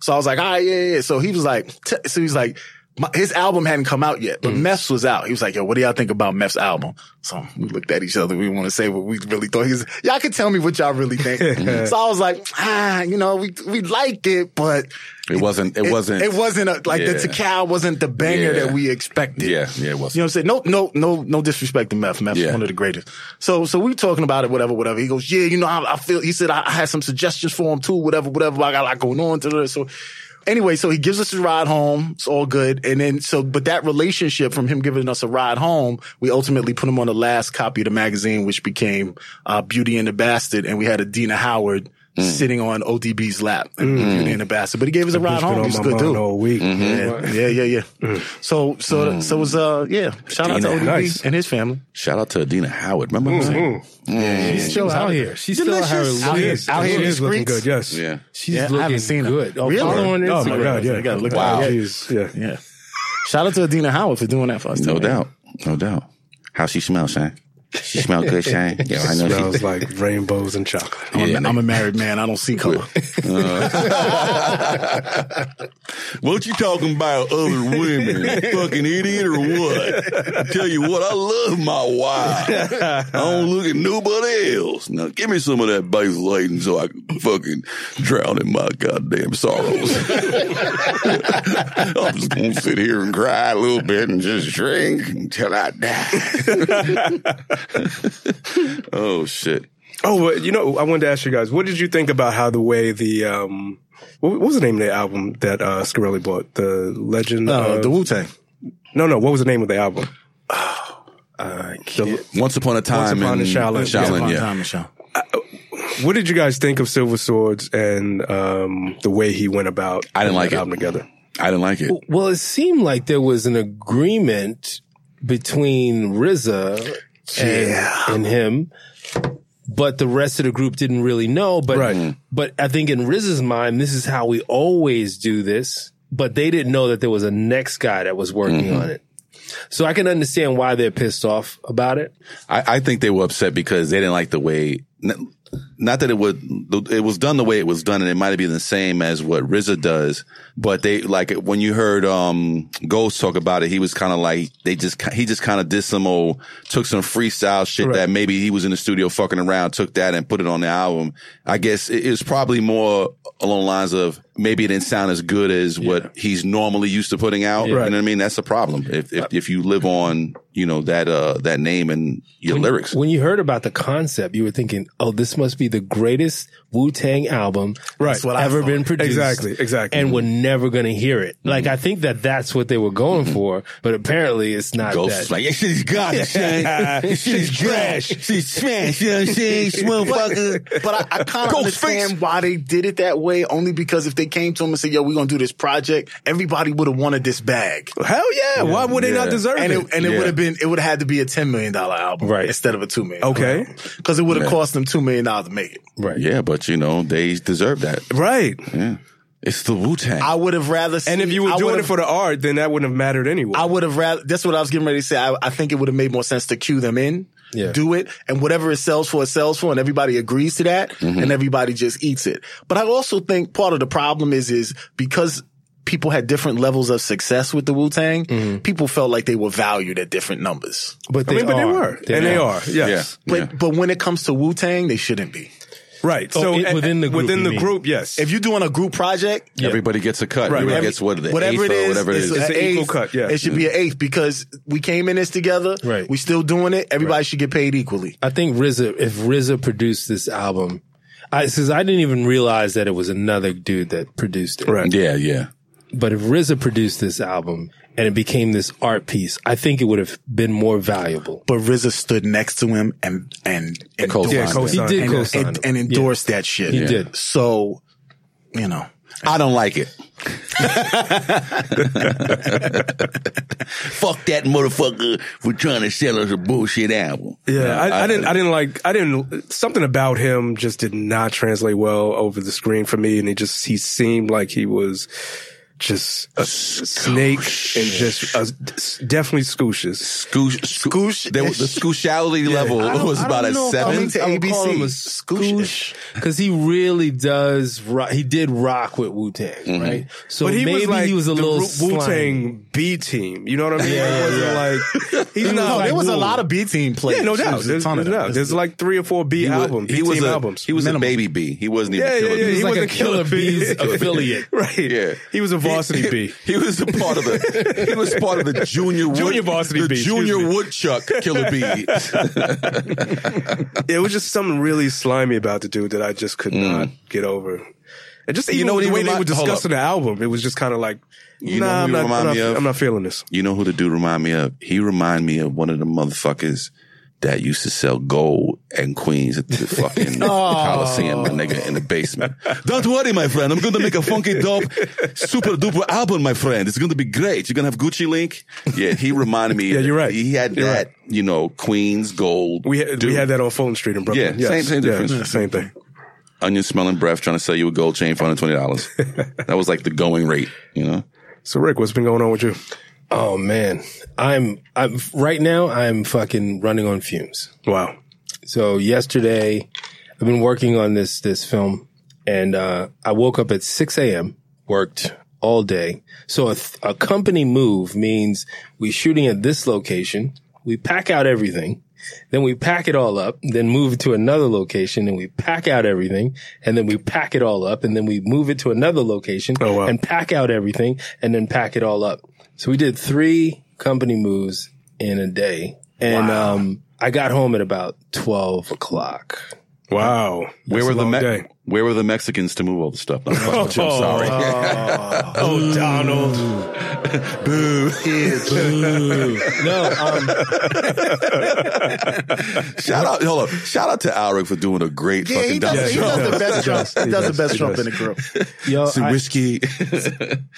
So I was like, "All right, yeah, yeah." So he was like, t- "So he's like." My, his album hadn't come out yet, but Mm. Meph's was out. He was like, "Yo, what do y'all think about Meph's album?" So we looked at each other. We want to say what we really thought. He's, y'all can tell me what y'all really think. so I was like, "Ah, you know, we we liked it, but It wasn't. It, wasn't. It wasn't a, like the Yeah. Takao wasn't the banger Yeah. that we expected. Yeah, yeah, it You know wasn't. what I'm saying? No, no, no, no disrespect to Meth. Meth's Yeah. one of the greatest. So, so we were talking about it, whatever, whatever. He goes, yeah, you know, I, I feel, he said, I, I had some suggestions for him too, whatever, whatever. I got a lot going on. da, da, da. So anyway, so he gives us a ride home. It's all good. And then, so, but that relationship from him giving us a ride home, we ultimately put him on the last copy of the magazine, which became, uh, Beauty and the Bastard. And we had Adina Howard. Mm. Sitting on ODB's lap, and Beauty and the Bastard, but he gave us a ride It's been home. on He's a my good mind dude. all week. Mm-hmm. Yeah, yeah, yeah, yeah. So, so, so it was, uh, yeah. Shout out to Damn, ODB Mm. nice. and his family. Shout out to Adina Howard. Remember what I'm saying? She's still Out here. She's still out here. Out here, looking- out here in She the is looking streets. good, yes. Mm-hmm. Yeah. She's Yeah, I looking haven't seen her. good. Oh, Really? follow her on Oh, Instagram. my God, yeah. You gotta look Wow. wow. Yeah. She's, yeah. Yeah. Shout out to Adina Howard for doing that for us. No too, man. doubt. No doubt. How she smells, Shane? She smell good, Shane. Yeah, I know. Smells She, like rainbows and chocolate. I'm, Yeah, a, I'm a married man. I don't see color. what you talking about other women? Fucking idiot or what? I tell you what, I love my wife. I don't look at nobody else. Now give me some of that base laden so I can fucking drown in my goddamn sorrows. I'm just gonna sit here and cry a little bit and just drink until I die. oh shit. Oh, well, you know, I wanted to ask you guys, what did you think about how the way the um, what, what was the name of the album that uh Scarelli bought? The Legend. Uh, of, the Wu Tang. no, no. What was the name of the album? The- Once upon a time Upon a in Shaolin. Shaolin, yeah. Time Michelle. what did you guys think of Silver Swords and um, the way he went about? I didn't putting like that it. Album together. I didn't like it. Well, it seemed like there was an agreement between RZA and, and him, but the rest of the group didn't really know. But Right. but I think in RZA's mind, this is how we always do this. But they didn't know that there was a next guy that was working on it. So I can understand why they're pissed off about it. I, I think they were upset because they didn't like the way. n- Not that it would, it was done the way it was done, and it might have been the same as what RZA does. But they like when you heard um Ghost talk about it, he was kind of like they just ki- he just kind of did some old took some freestyle shit that maybe he was in the studio fucking around, took that and put it on the album. I guess it, it was probably more along the lines of maybe it didn't sound as good as what he's normally used to putting out. You know what I mean? That's a problem if if, if you live on you know that uh that name and your lyrics. When you heard about the concept, you were thinking, "Oh, this must be the greatest Wu Tang album Right. that's That's what I ever thought. been produced. Exactly, exactly. Mm-hmm. And we're never going to hear it. Like, I think that that's what they were going for, but apparently it's not Ghost that. is like, this shit is garbage, son. This shit is trash. This shit is smash, you know what I'm saying? Smell fucker. But I, I kind of Ghostface. understand why they did it that way, only because if they came to him and said, yo, we're going to do this project, everybody would have wanted this bag. Hell yeah. Why would they Yeah. not deserve And it? it, and it Yeah. would have been, it would have had to be a $10 million album Right. instead of a $2 million. Okay. Because it would have Yeah. cost them $2 million to make it. Right. Yeah, but you know, they deserve that. right. Yeah. It's the Wu Tang. I would have rather And if seen- you were I doing it would've- for the art, then that wouldn't have mattered anyway. I would have rather. That's what I was getting ready to say. I, I think it would have made more sense to cue them in, Yeah. do it, and whatever it sells for, it sells for, and everybody agrees to that, and everybody just eats it. But I also think part of the problem is is because people had different levels of success with the Wu Tang, people felt like they were valued at different numbers. But I they, mean, but are. they were. and they are. Yes. Yeah. But yeah. but when it comes to Wu Tang, they shouldn't be. Right. Oh, So it- a- within the group, within you the mean. group, yes. If you're doing a group project, Everybody gets a cut. Right. Everybody Every- gets what the whatever eighth it or is, whatever it it's, is. It's an an equal eighth. cut, yeah. it should be an eighth because we came in this together. Right. we still doing it. Everybody should get paid equally. I think RZA, if RZA produced this album, I, since I didn't even realize that it was another dude that produced it. Right. Yeah, yeah. But if RZA produced this album and it became this art piece, I think it would have been more valuable. but RZA stood next to him and and and co-signed endorsed- it. He did and, co-sign and, it. and endorsed that shit. He did. So, you know, I don't like it. Fuck that motherfucker for trying to sell us a bullshit album. Yeah, I, I, I- didn't. I didn't like. I didn't. Something about him just did not translate well over the screen for me, and he just he seemed like he was just a s- snake and just a, definitely scooshes. Scoosh, scoosh. There was, the scooshality level was I about don't a know if seven. I Coming mean, to I would call ABC. him a Scoosh. scoosh because he really does. Rock, he did rock with Wu Tang, right? So But he maybe was like he was a the little Wu slimy. Tang B team. You know what I mean? Yeah, it wasn't like he's not. no, like, there was a Wu. lot of B team players. Yeah, no doubt. There's a There's, ton of no, them. there's like three or four B albums. he B was team a, albums. He was Minimum. a baby bee. He wasn't even yeah, a yeah, killer yeah. bee. He like was a a killer Killer B Bees affiliate. right? Yeah. he was a varsity B. He was a part of the. He was part of the junior wood, Junior varsity the bee, excuse junior me. woodchuck killer bee. it was just something really slimy about the dude that I just could Mm. not get over. And just even know know what the he way they remi- were hold discussing the album, it was just kind of like, You know nah, who I'm you not, I'm, remind not, me of? I'm not feeling this. you know who the dude remind me of? He remind me of one of the motherfuckers that used to sell gold and queens at the fucking Coliseum, my nigga, in the basement. Don't worry, my friend. I'm gonna make a funky dope, super duper album, my friend. It's gonna be great. You're gonna have Gucci Link. Yeah, he reminded me. Yeah, you're right. He had You're that, you know, queens, gold. We had, dude. we had that on Fulton Street in Brooklyn. Yeah, same- same difference. yeah, same thing. onion smelling breath trying to sell you a gold chain for $120. that was like the going rate, you know? So Rick, what's been going on with you? Oh man, I'm I'm right now. I'm fucking running on fumes. Wow. So yesterday, I've been working on this this film, and uh, I woke up at six a.m. worked all day. So a, th- a company move means we shooting at this location, we pack out everything, then we pack it all up, then move to another location, and we pack out everything, and then we pack it all up, and then we move it to another location Oh, wow. and pack out everything, and then pack it all up. So we did three company moves in a day, and um. I got home at about 12 o'clock. Wow. That's were a the long Me- day. Where were the Mexicans to move all the stuff? No, I'm fucking with you, I'm sorry. uh, Oh, Donald. No, um, shout out, hold up. Shout out to Alric for doing a great yeah, he fucking does, he documentary. does the best Trump. He does the does, best he Trump in does. the group. yo, Some I, whiskey.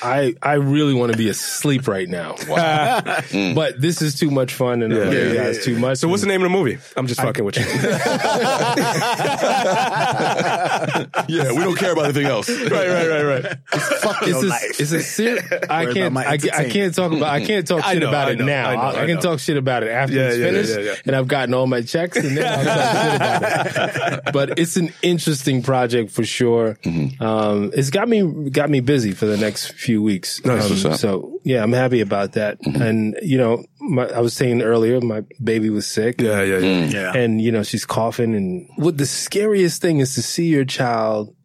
I, I really want to be asleep right now. But this is too much fun and I love you guys too much. Mm. So what's the name of the movie? I'm just fucking with you. yeah, we don't care about anything else. right, right, right, right. Fuck your it's a, life. it's a ser- I about can't my I, ca- I can't talk about I can't talk I shit know, about I it know, now. I I, know, I I can know. talk shit about it after Yeah, it's yeah, yeah, finished yeah, yeah. and I've gotten all my checks and then I'll talk shit about it. But it's an interesting project for sure. Mm-hmm. Um, it's got me got me busy for the next few weeks. Um, what's up. so yeah, I'm happy about that. Mm-hmm. And you know, my, I was saying earlier, my baby was sick. Yeah, yeah, yeah. yeah. And you know, she's coughing and what the scariest thing is to see your child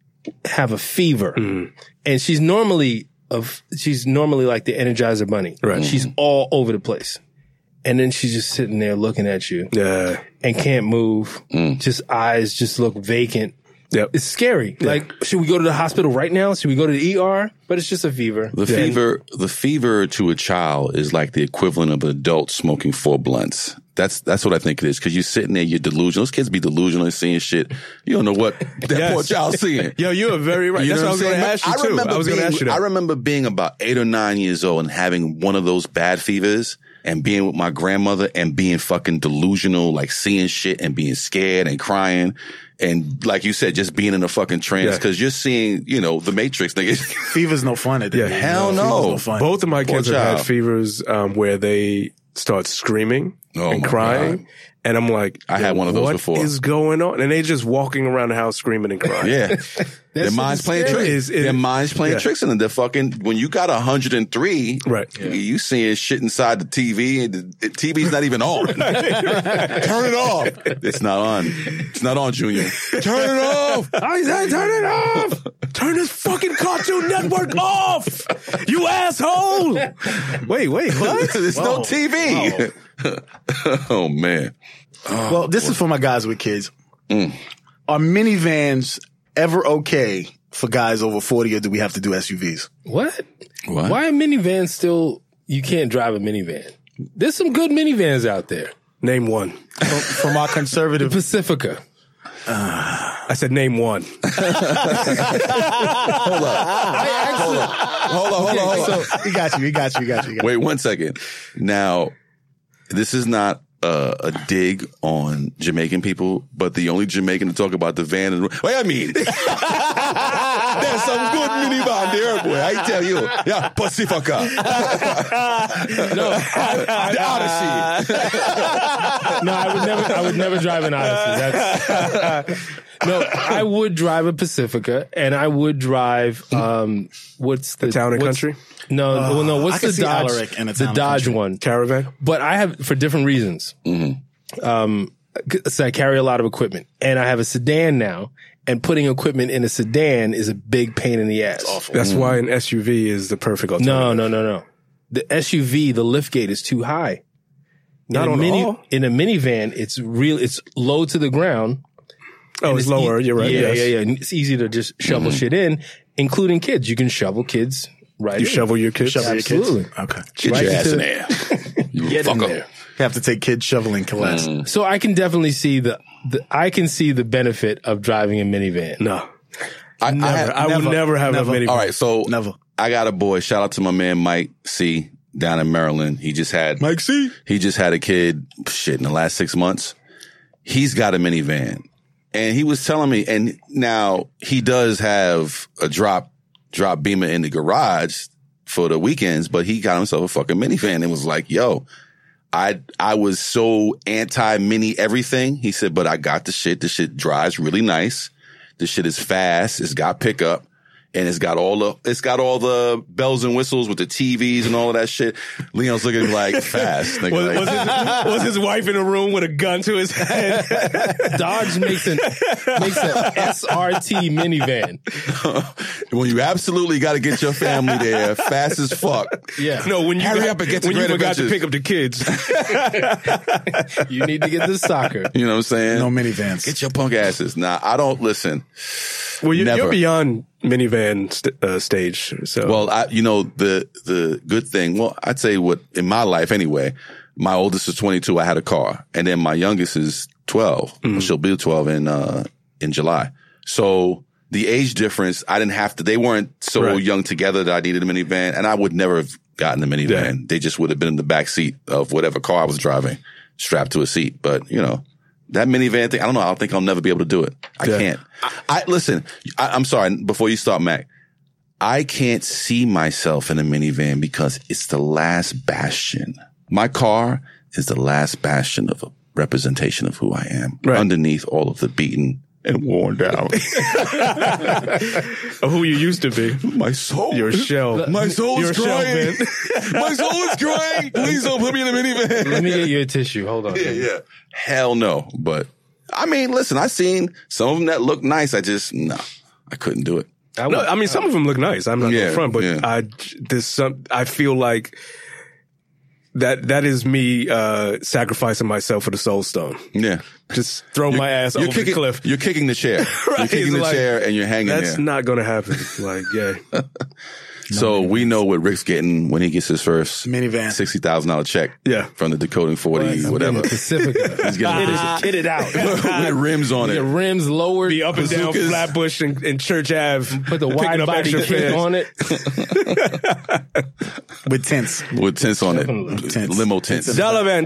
have a fever. Mm. And she's normally of she's normally like the energizer bunny. Right. She's Mm. all over the place. And then she's just sitting there looking at you Yeah. Mm. and can't move. Just eyes just look vacant. Yep. It's scary. Like, should we go to the hospital right now? Should we go to the ER? But it's just a fever. The Yeah. fever, the fever to a child is like the equivalent of an adult smoking four blunts. That's that's what I think it is. Because you're sitting there, you're delusional. Those kids be delusional and seeing shit. You don't know what that poor child's seeing. Yo, you are very right. You That's know what I was going I'm to saying? ask you But I too. remember I was going being, to ask you I that. remember being about eight or nine years old and having one of those bad fevers and being with my grandmother and being fucking delusional, like seeing shit and being scared and crying. And like you said, just being in a fucking trance Yeah. because you're seeing, you know, the Matrix, nigga. Fever's no fun. At Yeah, hell no. Both of my Poor kids have had child. fevers um, where they start screaming Oh and my crying, God. and I'm like, I had one of those what before. is going on? And they just walking around the house screaming and crying. Yeah. Their shit mind's is playing scary. tricks. Is- is- Their mind's playing yeah. tricks, and they're fucking. When you got 103, right? You seeing shit inside the TV, and the, the TV's not even on. Turn it off. It's not on. It's not on, Junior. Turn it off. I said, turn it off. Turn this fucking Cartoon Network off. You asshole. Wait, wait, what? There's no Whoa. TV. oh man. well, this is for my guys with kids. Mm. Are minivans ever okay for guys over 40 or do we have to do SUVs? What? What? Why are minivans still? You can't drive a minivan. There's some good minivans out there. Name one. From our The conservative. Pacifica. I said, name one. Hold up. Hold up. Hold up. Hold up. Hold up. he Oh. got you. He got you. He got you. He got you. Wait one second. Now, this is not uh, a dig on Jamaican people, but the only Jamaican to talk about the van and wait, I mean, there's some good minivan there, boy. I tell you, yeah, Pacifica, No, I, the I, Odyssey. no, I would never. I would never drive an Odyssey. That's- no, I would drive a Pacifica, and I would drive. Um, what's the Town and what's- country? Uh, No, well, no. I What's could the see Dodge? Alaric in a the Town and Dodge Country. one. Caravan. but I have for different reasons. Mm-hmm. Um, c- so I carry a lot of equipment, and I have a sedan now. And putting equipment in a sedan is a big pain in the ass. That's why an SUV is the perfect alternative. No, no, no, no. The SUV, the lift gate is too high. Not in a on mini- all. In a minivan, it's real. It's low to the ground. Oh, and it's lower. ea- You're right. Yeah, yes. Mm-hmm. yeah, yeah. And It's easy to just shovel shit in, including kids. You can shovel kids right. You in. shovel your kids. Shovel your kids. Absolutely. Okay. Get Right your ass to- in there. You Get in fucker. there. Have to take kid shoveling class. Mm. So I can definitely see the, the I can see the benefit of driving a minivan. No, I, I never. have- I would never have never. a minivan. all right, so Never. I got a boy. Shout out to my man Mike C. down in Maryland. He just had Mike C. He just had a kid, shit, in the last six months. He's got a minivan. And he was telling me, and now he does have a drop, drop beamer in the garage for the weekends, but he got himself a fucking minivan and was like, yo, I, I was so anti mini everything. He said, but I got the shit. The shit drives really nice. The shit is fast. It's got pickup and it's got all the, it's got all the bells and whistles with the TVs and all of that shit. Leon's looking at me like fast. nigga, Was, like- was his, was his wife in a room with a gun to his head? Dodge makes an makes an SRT minivan. when you absolutely got to get your family there fast as fuck. Yeah. No, when you Hurry got, up and get to when you Great forgot to Adventures. pick up the kids. You need to get the soccer. You know what I'm saying? No minivans. Get your punk asses. Nah, I don't listen. Well, you, Never. you're beyond minivan st- uh, stage. So Well, I, you know, the, the good thing, well, I'd say what in my life anyway, my oldest is 22. I had a car and then my youngest is 12. Mm-hmm. She'll be 12 in, uh, in July. So the age difference, I didn't have to, they weren't so Right. young together that I needed a minivan and I would never have gotten a minivan. Yeah. They just would have been in the back seat of whatever car I was driving strapped to a seat. But you know, that minivan thing, I don't know. I don't think I'll never be able to do it. I Yeah. can't. I, I listen, I, I'm sorry. Before you start, Mac, I can't see myself in a minivan because it's the last bastion. My car is the last bastion of a representation of who I am Right. underneath all of the beaten and worn down. Of who you used to be, My soul. your shell. my soul your is shell, crying. man. my soul is crying. Please don't put me in a minivan. Let me get you a tissue. Hold on. Yeah, yeah. Hell no. But I mean, listen, I seen some of them that look nice. I just no, I couldn't do it. I No, would- I mean some of them look nice. I'm not Yeah, in front, but yeah. I there's some. I feel like that that is me uh, sacrificing myself for the Soul Stone. Yeah, just throw my ass you're over kicking, the cliff. You're kicking the chair. You're Right, kicking it's the like, chair and you're hanging That's there. not gonna happen. Like, yeah, so we know what Rick's getting when he gets his first Minivan. sixty thousand dollar check. Yeah. from the decoding forty, whatever. Pacifica. He's getting Get it out. with rims on The it. rims lowered. be up and down Bazookas. Flatbush and, and Church Ave. Put the picking wide up body extra kit fans. on it. with tents. With tents on it, Tents. limo tents. Delavan,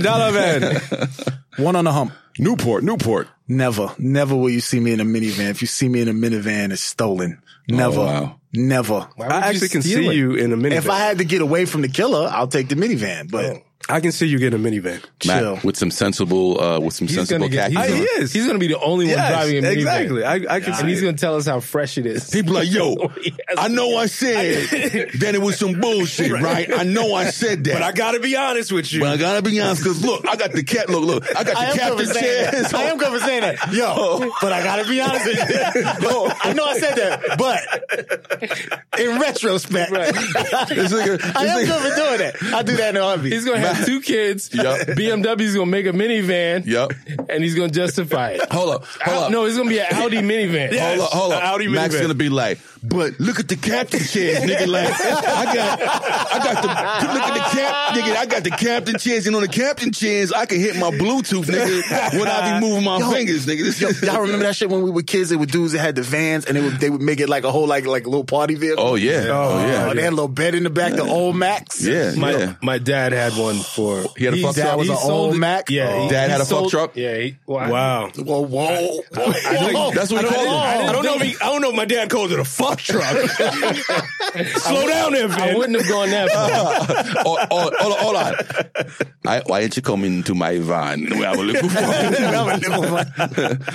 Delavan. One on a hump. Newport, Newport. Never, never will you see me in a minivan. If you see me in a minivan, it's stolen. Never, Oh, wow. never. I actually can see you in a minivan. If I had to get away from the killer, I'll take the minivan. But I can see you get a minivan. chill. Matt, with some sensible, uh, with some He's sensible gonna get. khakis. He's I- on. gonna, he is. He's gonna be the only one driving a minivan. exactly. I, I can And see he's it. gonna tell us how fresh it is. People like, yo, Yes. I know I said that it was some bullshit, right? I know I said that. But I gotta be honest with you. But I gotta be honest, cause look, I got the cat. Look, look, I got the I am covered captain saying chairs. that. I am covered saying that. Yo, but I gotta be honest with you. I know I said that, but in retrospect, This nigga- I am this nigga- good for doing that. I do that in a heartbeat. He's gonna have two kids. Yup. BMW's gonna make a minivan. Yup. And he's gonna justify it. Hold up, hold up. No, it's gonna be an Audi minivan. Hold up, hold up. Audi Max minivan. gonna be like, but look at the captain chairs, nigga. Like, I got, I got the, look at the cap, nigga. I got the captain chairs, and on the captain chairs, I can hit my Bluetooth, nigga, without be moving my fingers, nigga. This Yo, y'all remember that shit when we were kids? It were dudes that had the vans, and they would they would make it like a whole like like little party vehicle. Oh yeah, Oh, oh yeah, they had a little bed in the back, the old Max. yeah, My, yeah. my dad had one for. He had a fuck dad truck? Was an sold old it- Mac? Yeah. Oh. Dad had a fuck sold- truck? Yeah. He, well, Wow. Whoa, whoa. whoa. That's what I we don't, call know- it. I don't know. If he, I don't know. If my dad called it a fuck truck. Slow down, there, I man. wouldn't have gone that far. hold, hold, Oh, hold on, hold on. I, why ain't you coming to my van? We have a little fun. that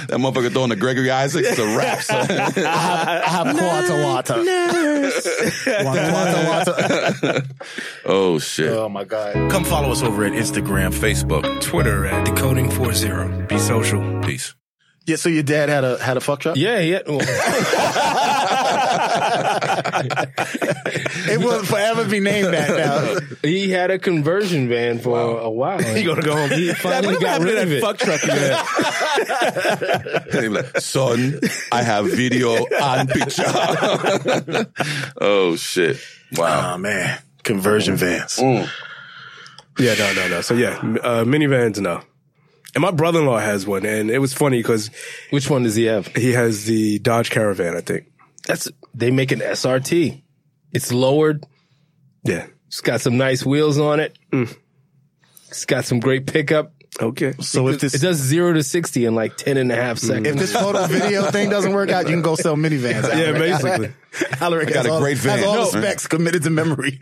motherfucker throwing the Gregory Isaacs it's a rap. son. I have, I have quarter water. Quarter water. oh shit. Oh my god. Come follow us over at Instagram, Facebook, Twitter at decoding four zero. Be social. Peace. Yeah, so your dad had a had a fuck truck? Yeah. Yeah. Well, It will forever be named that now. he had a conversion van for a while. You gonna go home? He finally got rid of it. Fuck truck. Yeah. Son, I have video and picture. oh shit. Wow. Oh man. Conversion vans. Yeah, no, no, no. So yeah, m- uh, minivans, no. And my brother-in-law has one, and it was funny because Which one does he have? he has the Dodge Caravan, I think. That's they make an SRT. It's lowered. Yeah. It's got some nice wheels on it. It's got some great pickup. Okay. So if It this does zero to 60 in like 10 and a half seconds. if this photo video thing doesn't work out, you can go sell minivans. Yeah, Alaric. basically. Alaric got has a all, great van. Has all No. the specs committed to memory.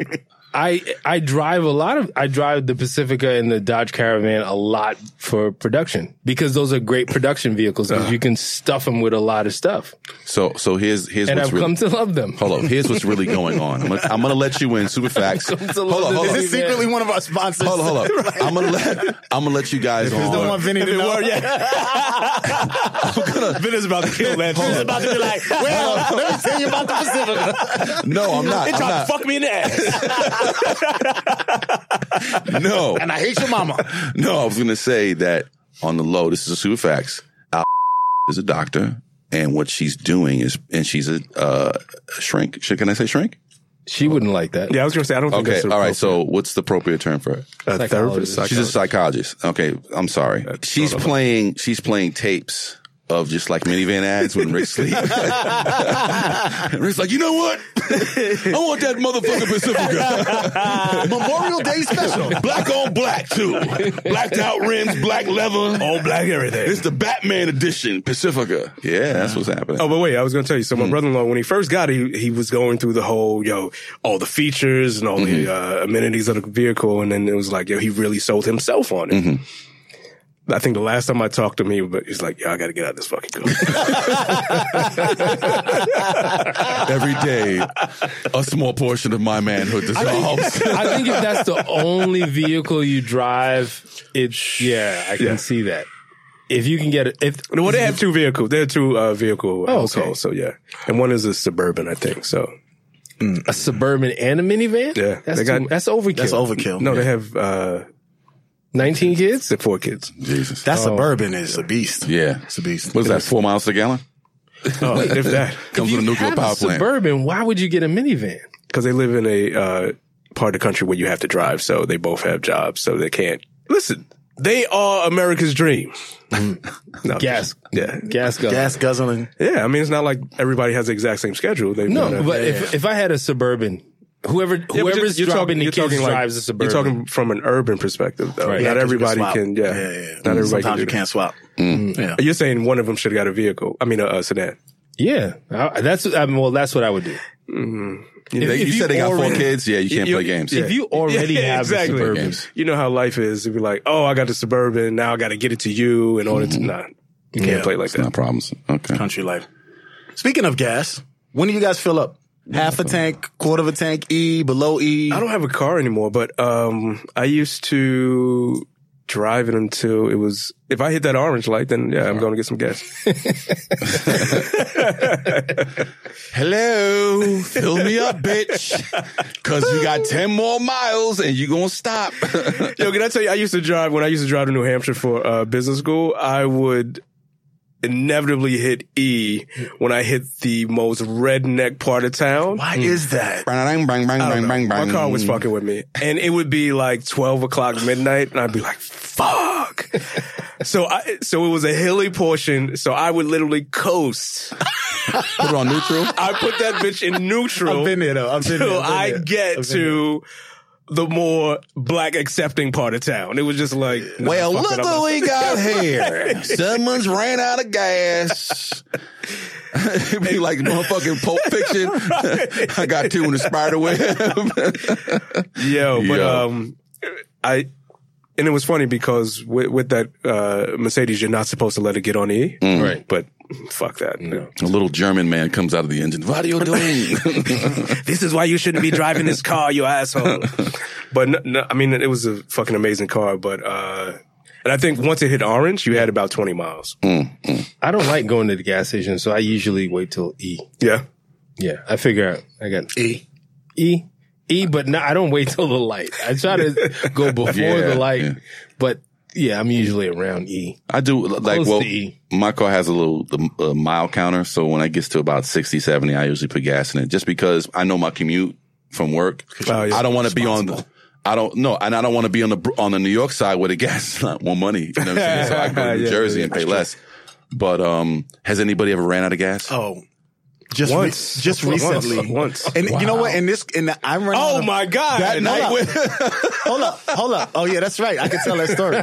I, I drive a lot of, I drive the Pacifica and the Dodge Caravan a lot for production because those are great production vehicles because you can stuff them with a lot of stuff. So so here's here's And what's I've really come to love them. Hold up. Here's what's really going on. I'm gonna, I'm gonna let you in. Super facts. Hold come up. to Hold love up. this This is Minivans. secretly one of our sponsors. Hold up, hold up. I'm gonna let I'm gonna let you guys Just don't on. want Vinny to know. Vin is about to kill that. He's about to be like, Well, let me tell you about the Pacifica. No, I'm not. they I'm tried not. to fuck me in the ass. No, And I hate your mama. no. I was gonna say that on the low. This is a super facts. Al is a doctor, and what she's doing is, and she's a uh, shrink. Should- Can I say shrink? She wouldn't like that. Yeah, I was gonna say I don't think Okay, that's all right. So, what's the appropriate term for it? a therapist. She's a psychologist. Okay, I'm sorry. She's playing. She's playing tapes of just like minivan ads when Rick sleep. Rick's like, you know what? I want that motherfucker Pacifica Memorial Day special, black on black too, blacked out rims, black leather. All black everything. It's the Batman edition Pacifica. Yeah, that's what's happening. Oh, but wait, I was going to tell you. So my brother-in-law, when he first got it, he, he was going through the whole, yo, all the features and all the uh, amenities of the vehicle. And then it was like, yo, he really sold himself on it. I think the last time I talked to him, but he's like, yo, I got to get out of this fucking car. Every day, a small portion of my manhood dissolves. I think if that's the only vehicle you drive, it's, yeah, I can Yeah. see that. If you can get it, if, no, well, they have two vehicles. They have two uh, vehicle okay. households. So yeah. And one is a Suburban, I think. So a suburban and a minivan. Yeah, that's they got- too- that's overkill. That's overkill. No, they have uh, 19 kids? They have four kids. Jesus. That Oh. suburban is a beast. Yeah. It's a beast. What is that? Four miles per gallon? Oh, if that, Comes with a nuclear Have a power plant. suburban. Why would you get a minivan? because they live in a uh, part of the country where you have to drive, so they both have jobs, so they can't listen. They are America's dream. no, Gas, yeah, gas gun. Gas guzzling. yeah. I mean, it's not like everybody has the exact same schedule. They No, wanna- but if if I had a suburban, whoever Yeah, but whoever's dropping the kids like- drives a You're suburban. talking from an urban perspective, though. Not Right. Yeah, 'cause you everybody swap. can. Yeah, yeah, yeah. not Sometimes everybody can. you do that. can't swap. Yeah. You're saying one of them should have got a vehicle. I mean, a, a sedan. yeah, I, that's I mean, well, that's what I would do. They- if you you said they got four already- kids? Yeah, you can't you- play games. If you already Yeah, have exactly. a suburban, Games. You know how life is. You'd be like, oh, I got the suburban. Now I got to get it to you in order to Mm-hmm. not. You can't play like No that. problems. Okay. Country life. Speaking of gas, when do you guys fill up? Half a tank, quarter of a tank, E, below E. I don't have a car anymore, but um, I used to drive it until it was. If I hit that orange light, then yeah, I'm going to get some gas. Hello, fill me up, bitch. Cause you got 10 more miles and you gonna stop. Yo, can I tell you? I used to drive when I used to drive to New Hampshire for uh, business school. I would inevitably hit E when I hit the most redneck part of town. Why is that? bang, bang, bang, I bang, don't bang, know. bang. My car was fucking with me, and it would be like twelve o'clock midnight, and I'd be like, "Fuck!" so I, so it was a hilly portion, so I would literally coast. Put it on neutral. I put that bitch in neutral. I've been there though. I've been there. till I've been I there. get to the more black accepting part of town. It was just like, nah, Well, fuck it, look I'm not- who we got here. Someone's ran out of gas. It'd be like motherfucking Pulp Fiction. I got two in the spider web. Yo, but Yeah. um, I and it was funny because with, with that uh, Mercedes, you're not supposed to let it get on E, Mm. Right. But fuck that. A little German man comes out of the engine. What are you doing? This is why you shouldn't be driving this car, you asshole. but no, no, I mean, it was a fucking amazing car. But uh, and I think once it hit orange, you had about twenty miles. I don't like going to the gas station, so I usually wait till E. Yeah, Yeah, I figure out. I got E. E. E, but no, I don't wait till the light. I try to go before Yeah, the light, yeah. but yeah, I'm usually around E. I do like Close well, to E. my car has a little uh, mile counter, so when I gets to about 60, 70, I usually put gas in it, just because I know my commute from work. Oh, yeah. I don't want to be on. the I don't no, and I don't want to be on the Bro- on the New York side where the gas is not more money. You know what I'm saying? So I go to New Yeah, Jersey yeah, and pay less. But um, has anybody ever ran out of gas? Oh, just Once. re- just Once. recently. Once. And you know what? And this, and I'm running. out Oh of- my god! That night hold up, hold up. Oh yeah, that's right. I can tell that story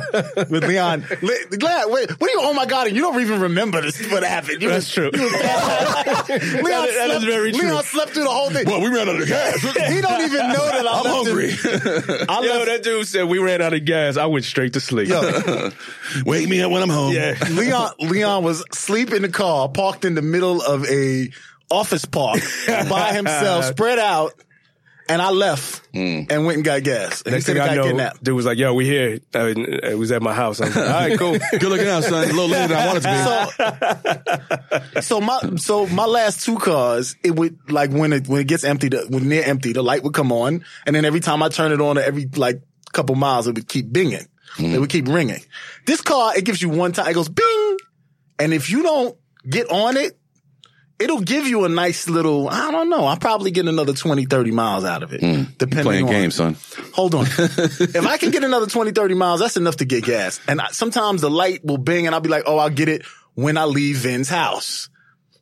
with Leon. Le- Glad. Wait, what do you? Oh my God! And you don't even remember this. What happened? You That's true. you was bad. Leon That is- that is slept, very true. Leon slept through the whole thing. well, we ran out of gas. He don't even know that I I'm left hungry. Him. I Yo, left, that dude said we ran out of gas. I went straight to sleep. Wake me up when I'm home. Yeah. Leon Leon was asleep in the car, parked in the middle of a office park by himself, spread out, and I left and went and got gas. And Mm. Next he said thing I he got know, kidnapped. dude was like, "Yo, we here." I mean, it was at my house. I was like, "All right, cool." Good looking out, son. A little later than I wanted to So, be. so my so my last two cars, it would like when it when it gets empty, the, when near empty, the light would come on, and then every time I turn it on, every like couple miles, it would keep binging, Mm-hmm. it would keep ringing. This car, it gives you one time, it goes bing, and if you don't get on it, it'll give you a nice little. I don't know. I'll probably get another 20, 30 miles out of it, depending Mm. Playing on games, son. hold on. if I can get another 20, 30 miles, that's enough to get gas. And I, sometimes the light will bing and I'll be like, oh, I'll get it when I leave Vin's house.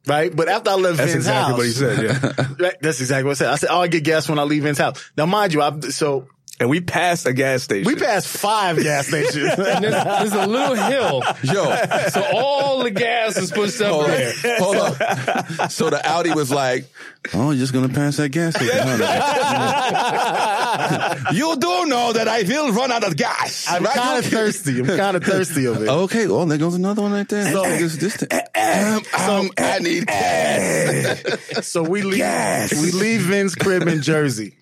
Right? But after I left That's Vin's exactly house, what he said. Yeah. Right? that's exactly what I said. I said, oh, I get gas when I leave Vin's house. Now, mind you, I, so and we passed a gas station. we passed five gas stations. There's, there's a little hill, Yo, so all the gas is pushed up Hold, there. hold up. So the Audi was like, "Oh, you're just gonna pass that gas station, huh?" you do know that I will run out of gas. I'm right? kind of Okay. thirsty. I'm kind of thirsty over it. Okay. Well, there goes another one right there. So- This- Um, this- Yeah. so um, I need gas. so we leave we leave Vin's crib in Jersey.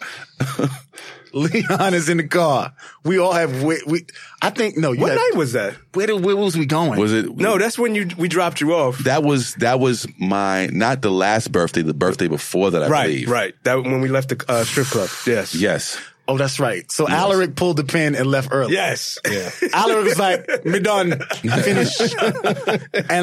Leon is in the car. We all have we, we I think no, you What had- night was that? Where did where was we going? Was it? No, that's when you we dropped you off. That was that was my not the last birthday, the birthday before that. I right, believe. right. That when we left the uh, strip club. Yes. Yes. Oh, that's right. So Alaric pulled the pin and left early. Yes. Yeah. Alaric was like, me done. Finish. and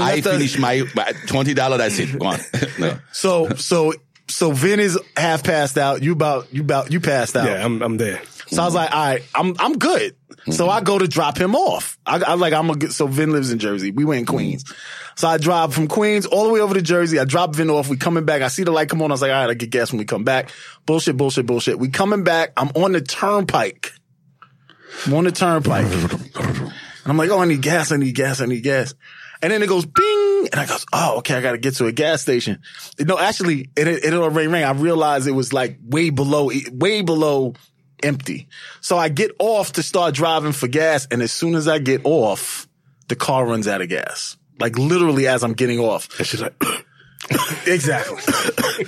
I left us- finished my, my twenty dollar. That's it. Go on. no. So so so Vin is half passed out. You about you about you passed out. Yeah, I'm I'm there. So I was like, all right, I'm I'm good. Mm-hmm. So I go to drop him off. I, I like I'm a good, so Vin lives in Jersey. We went in Mm-hmm. Queens. So I drive from Queens all the way over to Jersey. I drop Vin off. We coming back. I see the light come on. I was like, all right, I get gas when we come back. Bullshit, bullshit, bullshit. We coming back. I'm on the turnpike. I'm on the turnpike. and I'm like, oh, I need gas. I need gas. I need gas. And then it goes bing, and I goes, oh, okay, I gotta get to a gas station. No, actually, it it already rang. I realized it was like way below, way below empty. So I get off to start driving for gas, and as soon as I get off, the car runs out of gas. Like literally, as I'm getting off, she's like, exactly.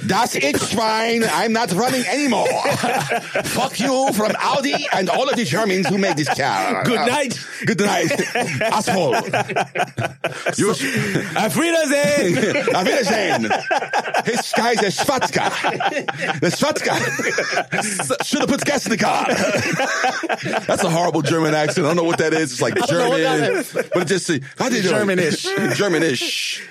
That's it, Schwein. I'm not running anymore. Fuck you from Audi and all of the Germans who made this car. Good night. Good night, asshole. You, Auf eh? Wiedersehen. Auf Wiedersehen. This guy's a Schwatzka. The Schwatzka. Should have put gas in the car. That's a horrible German accent. I don't know what that is. It's like I don't know what that German, is. but it just uh, how did German-ish. Germanish.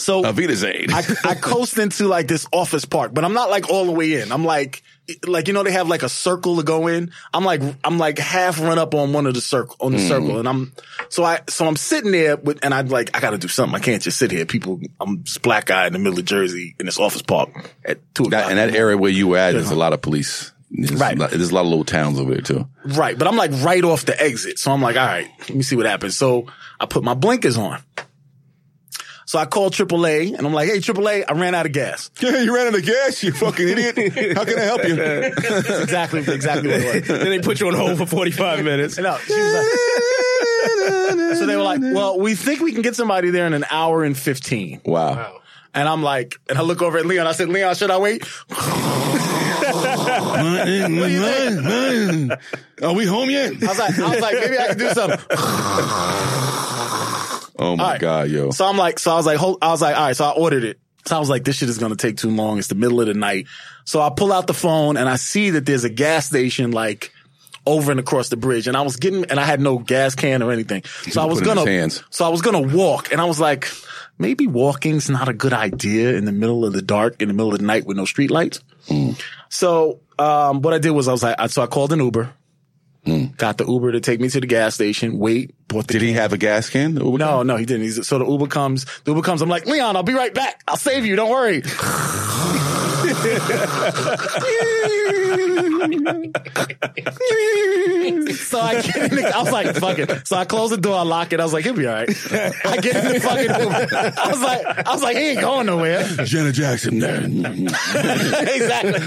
So Auf Wiedersehen. I, I coast into like this office park, but I'm not like all the way in. I'm like, like you know, they have like a circle to go in. I'm like, I'm like half run up on one of the circle on the Mm-hmm. circle, and I'm so I so I'm sitting there with, and I'm like, I got to do something. I can't just sit here. People, I'm just black guy in the middle of Jersey in this office park at two o'clock. That, and that area where you were at, there's a lot of police. There's Right. a lot- there's a lot of little towns over there too. Right, but I'm like right off the exit. So I'm like, all right, let me see what happens. So I put my blinkers on. So I called AAA and I'm like, hey, AAA, I ran out of gas. Yeah, you ran out of gas, you fucking idiot. How can I help you? That's exactly, exactly what it was. then they put you on hold for 45 minutes. And, uh, she was like- so they were like, well, we think we can get somebody there in an hour and 15. Wow. And I'm like, and I look over at Leon. I said, Leon, should I wait? Are we home yet? I was like, I was like, maybe I can do something. Oh my right. god, yo. So I'm like, so I was like, hold, I was like, all right, so I ordered it. So I was like, this shit is going to take too long. It's the middle of the night. So I pull out the phone and I see that there's a gas station like over and across the bridge. And I was getting, and I had no gas can or anything. So I was Put it in his going hands. to, so I was going to walk and I was like, maybe walking's not a good idea in the middle of the dark, in the middle of the night with no streetlights. Hmm. So, um, what I did was I was like, I- so I called an Uber. Hmm. Got the Uber to take me to the gas station. Wait, bought the Did he have a gas can? Or what- no, no, he didn't. He's, so the Uber comes. The Uber comes. I'm like, Leon, I'll be right back. I'll save you. Don't worry. so I get in the, I was like, fuck it. So I close the door. I lock it. I was like, he'll be all right. I get in the fucking Uber. I was like, I was like, he ain't going nowhere. Jenna Jackson. there. exactly.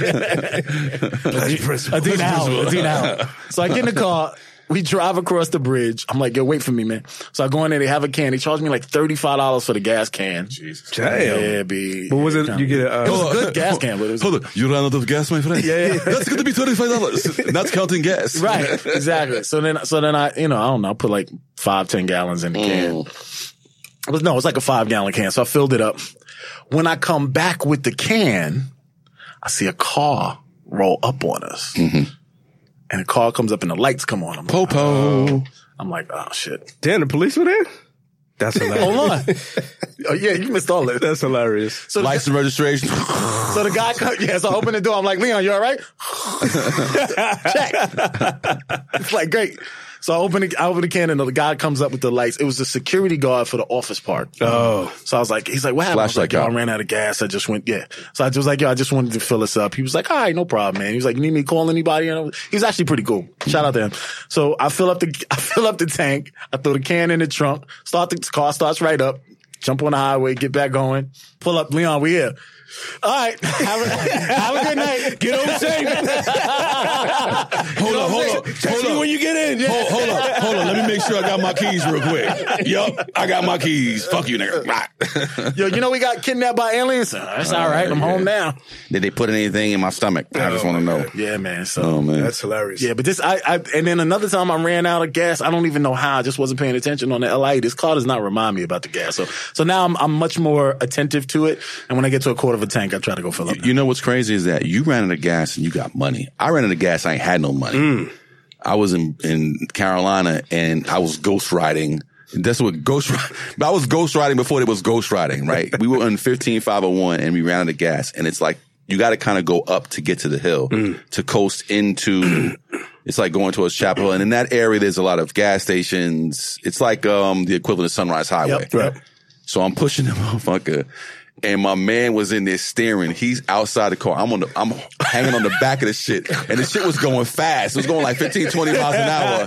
Adina out. Adina out. So I get in the car. We drive across the bridge. I'm like, yo, wait for me, man. So I go in there. They have a can. They charge me like $35 for the gas can. Jesus. Damn. Yeah, B. What was it? You get a, It was uh, a good gas can, but it was. Hold on, you ran out of gas, my friend. Yeah, yeah. That's going to be thirty five dollars. Not counting gas. Right, exactly. So then, so then I, you know, I don't know, I put like five, ten gallons in the can. Mm. It was, no, it's like a five gallon can. So I filled it up. When I come back with the can, I see a car roll up on us. Mm-hmm. And the car comes up and the lights come on. I'm like, Popo. I'm like, oh shit. damn, the police were there? That's hilarious. Hold on. oh, yeah, you missed all of it. That's hilarious. So the, License registration. so the guy comes, yeah, so I open the door. I'm like, Leon, you all right? Check. it's like, great. So I open, the, I open the can and the guy comes up with the lights. It was the security guard for the office part. Oh. So I was like, he's like, what happened? I was Flashlight like, yo, cop. I ran out of gas. I just went, yeah. So I was like, yo, I just wanted to fill this up. He was like, all right, no problem, man. He was like, you need me to call anybody? And I was- he was actually pretty cool. Shout out to him. So I fill up the, I fill up the tank. I throw the can in the trunk. Start the car starts right up. Jump on the highway, get back going. Pull up, Leon, we here. All right, have a, have a good night. Get over safe. Hold on, hold on, hold on. When you get in, hold, hold on, hold on. Let me make sure. sure I got my keys real quick. Yup, I got my keys. Fuck you, nigga. Right. Yo, you know we got kidnapped by aliens. Uh, That's all right. I'm home now. Did they put anything in Oh, my stomach? I just want to know. Yeah, man. So Oh man, That's hilarious. yeah, but this I, I and then another time I ran out of gas. I don't even know how. I just wasn't paying attention on the LI. This car does not remind me about the gas. So so now I'm I'm much more attentive to it. And when I get to a quarter of a tank, I try to go fill up. You know what's crazy is that you ran out of gas and you got money. I ran out of gas. I ain't had no money. I was in, in Carolina and I was ghost riding. That's what ghost ri- But I was ghost riding before it was ghost riding, right? we were on 15501 and we ran out of gas and it's like, you got to kind of go up to get to the hill to coast into, it's like going towards Chapel Hill. And in that area, there's a lot of gas stations. It's like, um, the equivalent of Sunrise Highway. So I'm pushing the motherfucker. And my man was in there staring. He's outside the car. I'm on the, I'm hanging on the back of the shit. And the shit was going fast. It was going like 15, 20 miles an hour.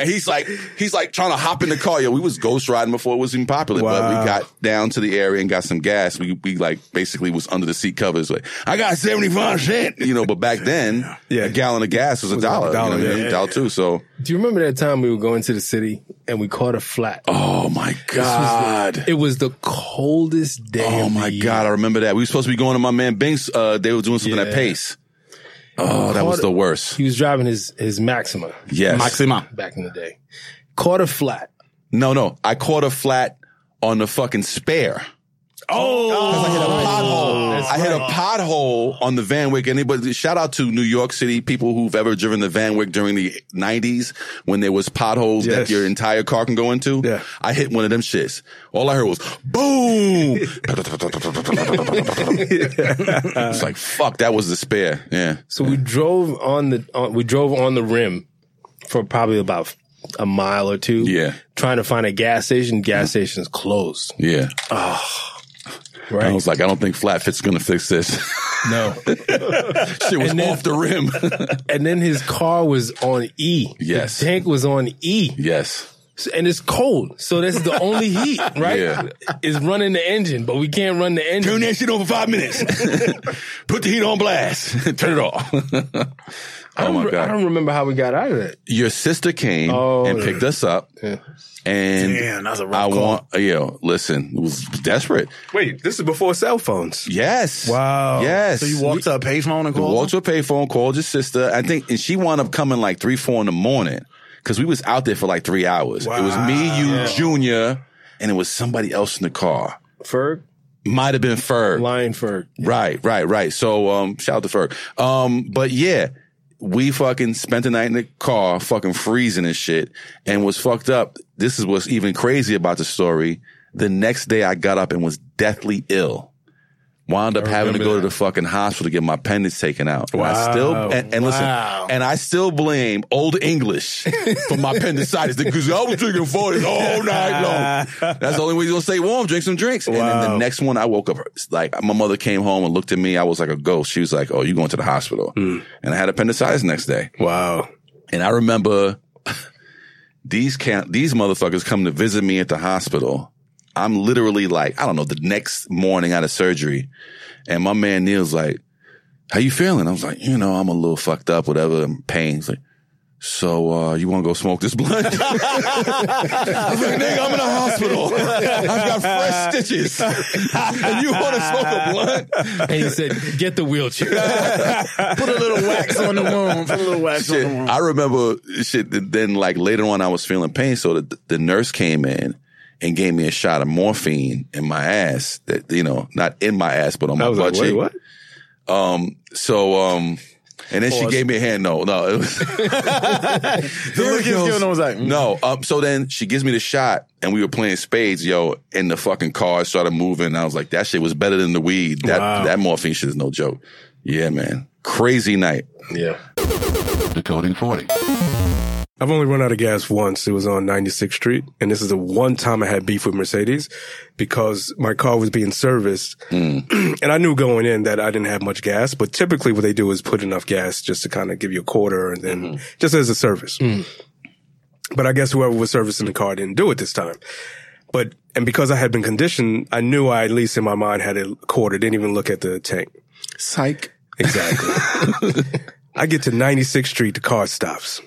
And he's like, he's like trying to hop in the car. Yo, we was ghost riding before it was even popular, but Wow. we got down to the area and got some gas. We, we like basically was under the seat covers. Like, I got 75 cent, you know, but back then Yeah. a gallon of gas was a dollar, dollar, you know, what I yeah. mean? dollar two. So, Do you remember that time we were going to the city and we caught a flat? oh my God. It was the coldest day. Oh of the my year. God, I remember that. We were supposed to be going to my man Binks. Uh, they were doing something at Yeah. Pace. Oh, that was Caught- the worst. He was driving his his Maxima Yes. Maxima. back in the day. Caught a flat. No, no. I caught a flat on the fucking spare. Oh, I hit a Oh, pothole. I hit a pothole on the Van Wick. Anybody, shout out to New York City people who've ever driven the Van Wick during the '90s when there was potholes Yes. that your entire car can go into. Yeah. I hit one of them shits. All I heard was boom. it's like fuck. That was the spare. Yeah. So we drove on the on, we drove on the rim for probably about a mile or two. Yeah. trying to find a gas station. Gas station's closed. Yeah. I Right. was like, I don't think Flat Fit's gonna fix this. no. Shit was And then- off the rim. and then his car was on E. Yes. The tank was on E. yes. So- And it's cold. So that's the only heat, right? Yeah. Is running the engine, but we can't run the engine. Turn that shit on for five minutes. Put the heat on blast. Turn it off. I oh don't my re- I god. don't remember how we got out of that. Your sister came Oh. and picked us up. And Damn, that was a rough I call. want yo, listen, it was desperate. Wait, this is before cell phones. Yes. Wow. Yes. So you walked to a payphone and We called. walked to a payphone, called your sister. I think, and she wound up coming like three, four in the morning because we was out there for like three hours. It was me, you, Junior, and it was somebody else in the car. Ferg? Might have been Ferg. Lion Ferg. Right, right, right. So, um, shout out to Ferg. Um, but yeah, we fucking spent the night in the car, fucking freezing and shit, and was fucked up. This is what's even crazy about the story. The next day I got up and was deathly ill. Wound up having to go to the fucking hospital to get my appendix taken out. And I still and, and listen, and I still blame old English for my appendicitis because I was drinking forties all night long. That's the only way you're gonna stay warm. Drink some drinks. And then the next one, I woke up like my mother came home and looked at me. I was like a ghost. She was like, "Oh, you going to the hospital?" And I had appendicitis next day. Wow. And I remember these can these motherfuckers come to visit me at the hospital. I'm literally like, I don't know, the next morning out of surgery. And my man Neil's like, How you feeling? I was like, you know, I'm a little fucked up, whatever, I'm pain. He's like, so uh, you wanna go smoke this blunt? I was like, nigga, I'm in a hospital. I've got fresh stitches. and you wanna smoke a blunt? And he said, get the wheelchair. Put a little wax on the wound. Put a little wax shit, on the wound. I remember shit. th- Then like later on, I was feeling pain, so the, the nurse came in and gave me a shot of morphine in my ass. That you know, not in my ass, but on my I was butt like, wait, cheek. what? So um, and then she Pause. gave me a hand. No, no, it was. The look he was giving him was like, mm. No, um, so then she gives me the shot, and we were playing spades, yo, and the fucking car started moving. And I was like, that shit was better than the weed. That that morphine shit is no joke. Yeah, man, crazy night. yeah. Decoding 40. I've only run out of gas once. It was on 96th Street. And this is the one time I had beef with Mercedes because my car was being serviced. and I knew going in that I didn't have much gas, but typically what they do is put enough gas just to kind of give you a quarter and then just as a service. But I guess whoever was servicing the car didn't do it this time. But, and because I had been conditioned, I knew I at least in my mind had a quarter, didn't even look at the tank. Psych. Exactly. I get to 96th Street, the car stops.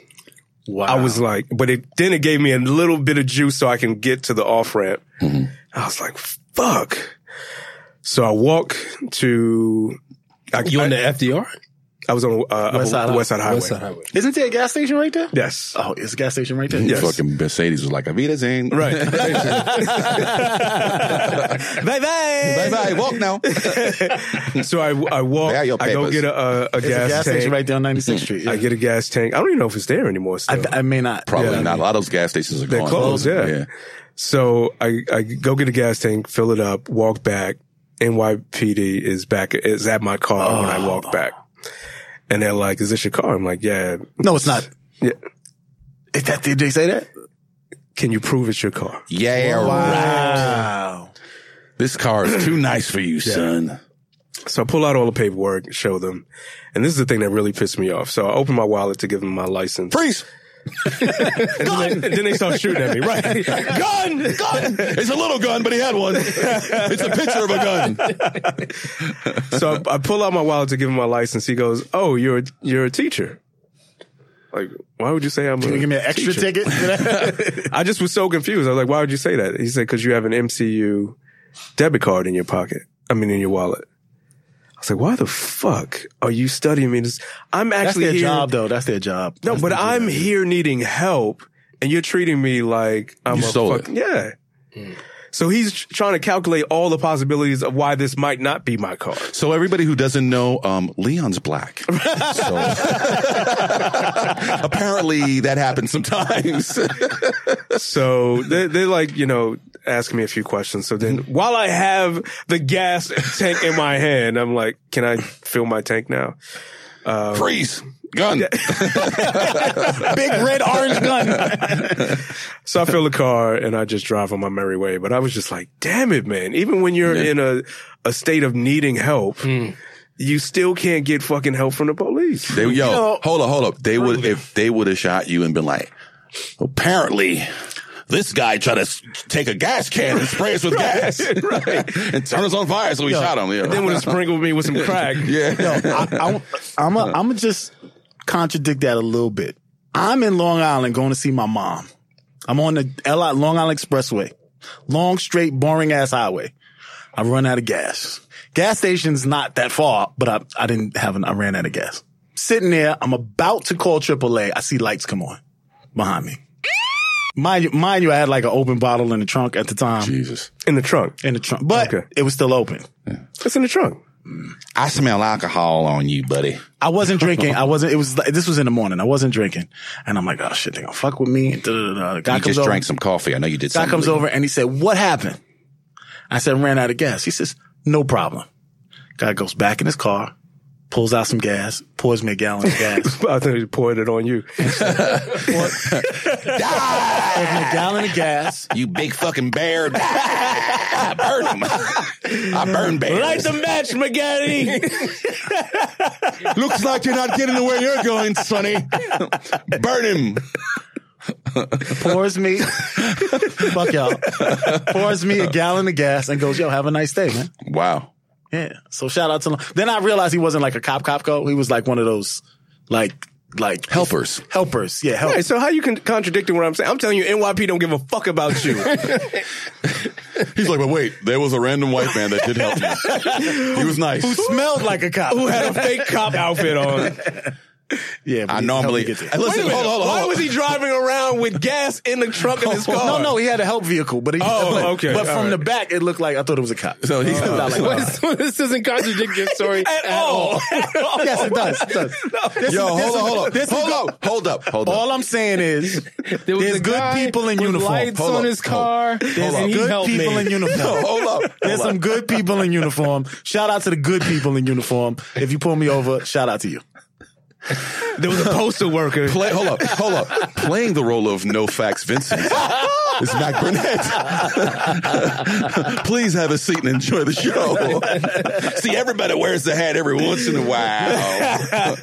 Wow. I was like, but it then it gave me a little bit of juice so I can get to the off ramp. I was like, fuck. So I walk to. I, You on the FDR? I was on uh, West, Side West Side Highway. Isn't there a gas station right there? Yes. Oh, it's a gas station right there. Yes. Fucking Mercedes was like, Avita's in. Right. Bye Bye bye. bye. Walk now. so I, I walk. There are your I go papers. get a, a, a It's a gas, gas tank. station right there on 96th Mm-hmm. Street, yeah. I get a gas tank. I don't even know if it's there anymore. Still. I, I may not. Probably Yeah. not. A lot of those gas stations are They're gone. closed, yeah. yeah. So I, I go get a gas tank, fill it up, walk back. NYPD is back, is at my car when I Oh. walk back. And they're like, is this your car? I'm like, yeah. No, it's not. Yeah. Is that, did they say that? Can you prove it's your car? Yeah, Wow. This car is too nice for you, son. So I pull out all the paperwork, show them. And this is the thing that really pissed me off. So I open my wallet to give them my license. Freeze! And then they start shooting at me, right? gun! Gun! It's a little gun, but he had one. It's a picture of a gun. so I, I pull out my wallet to give him my license. He goes, "Oh, you're a, you're a teacher." Like, why would you say I'm? Can a you give me an extra teacher? ticket? I just was so confused. I was like, "Why would you say that?" He said, "Because you have an MCU debit card in your pocket. I mean, in your wallet." I was like, "Why the fuck are you studying me? This I'm That's actually their here. job, though. That's their job. No, That's but their job. I'm here needing help, and you're treating me like I'm You a stole fuck- Yeah. So he's tr- trying to calculate all the possibilities of why this might not be my car. So everybody who doesn't know, um, Leon's black. So apparently that happens sometimes. So they they like you know asking me a few questions. So then while I have the gas tank in my hand, I'm like, can I fill my tank now? Uh, Um, Freeze. Gun. Big red orange gun. so I fill the car and I just drive on my merry way. But I was just like, damn it, man! Even when you're Yeah. in a a state of needing help, you still can't get fucking help from the police. They, yo, hold up, hold up. They would if they would have shot you and been like, apparently. This guy tried to s- take a gas can and spray us with gas and turn us on fire, so we shot him. Yeah. And then would have sprinkled me with some crack. yeah. I, am a, I'm a just contradict that a little bit. I'm in Long Island going to see my mom. I'm on the L- Long Island Expressway, long, straight, boring ass highway. I run out of gas. Gas station's not that far, but I, I didn't have an, I ran out of gas. Sitting there, I'm about to call AAA. I see lights come on behind me. Mind you, mind you, I had like an open bottle in the trunk at the time. Jesus. In the trunk. In the trunk, but Okay. it was still open. It's in the trunk. I smell alcohol on you, buddy. I wasn't drinking. I wasn't. It was. like- This was in the morning. I wasn't drinking, and I'm like, oh shit, they gonna fuck with me. And da, da, da, da. Guy You comes just over. drank some coffee. I know you did. Guy something comes illegal. over and he said, "What happened?" I said, "Ran out of gas." He says, "No problem." Guy goes back in his car, pulls out some gas, pours me a gallon of gas. pours I think he poured it on you. me a gallon of gas. Ah, You big fucking bear. Ah, I burn him. I burn bears. match, McGaddy. Looks like you're not getting to where you're going, Sonny. burn him. Pours me. fuck y'all. Pours me a gallon of gas and goes, "Yo, have a nice day, man." Wow. Yeah. So shout out to Lon- Then I realized he wasn't like a cop cop co. He was like one of those like like Helpers. helpers. Yeah, helpers. Right, so how you con- contradicting what I'm saying? I'm telling you, NYP don't give a fuck about you. He's like, but wait, there was a random white man that did help me. He was nice. smelled like a cop. Who had a fake cop outfit on? yeah, but I he normally. helped me Hey, get listen, hold on, hold on. Why hold was on. he driving around with gas in the trunk of his there. car? No, no, he had a help vehicle, but he, Oh, but, okay, But all from right. the back, it looked like I thought it was a cop. So he- It's not like- this doesn't contradict your story At, all. yes, it does. It does. This Yo, is- this hold is- on, hold this up. is- Hold up. Hold up. Hold up. All I'm saying is, There was there's a good guy people in with uniform. Lights Hold on up, his hold car. there's and he good helped people me. in uniform. Hold up. Hold There's up. some good people in uniform. Shout out to the good people in uniform. If you pull me over, shout out to you. There was a postal worker. Play, hold up, hold up. Playing the role of No Facts Vincent is Mac Burnett. Please have a seat and enjoy the show. See, everybody wears the hat every once in a while.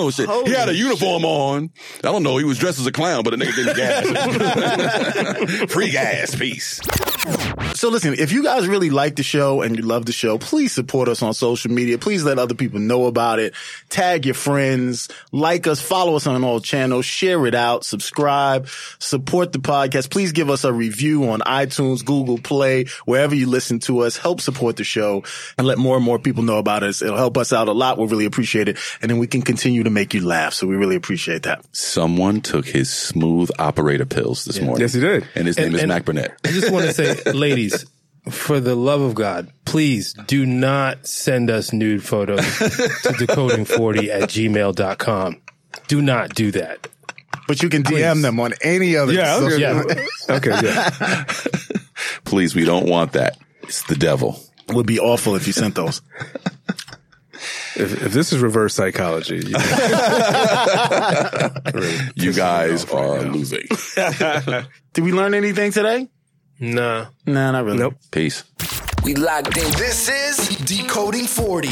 oh shit, he had a uniform on. I don't know. He was dressed as a clown, but the nigga didn't gas. Free gas, peace. so listen, if you guys really like the show and you love the show, please support us on social media. Please let other people know about it. Tag your friends, like us, follow us on all channels, share it out, subscribe, support the podcast. Please give us a review on iTunes, Google Play, wherever you listen to us. Help support the show and let more and more people know about us. It'll help us out a lot. We'll really appreciate it. And then we can continue to make you laugh. So we really appreciate that. Someone took his smooth operator pills this morning. Yes, he did. And his name is Mac Burnett. I just want to say, ladies, for the love of God, please do not send us nude photos to decoding40 at gmail.com. Do not do that. But you can DM them on any other. Yeah, okay. Yeah. Okay, Please, we don't want that. It's the devil. would be awful if you sent those. If, if this is reverse psychology, you know, You guys are losing. Did we learn anything today? Nah. Nah, not really. Peace. We locked in. This is Decoding 40.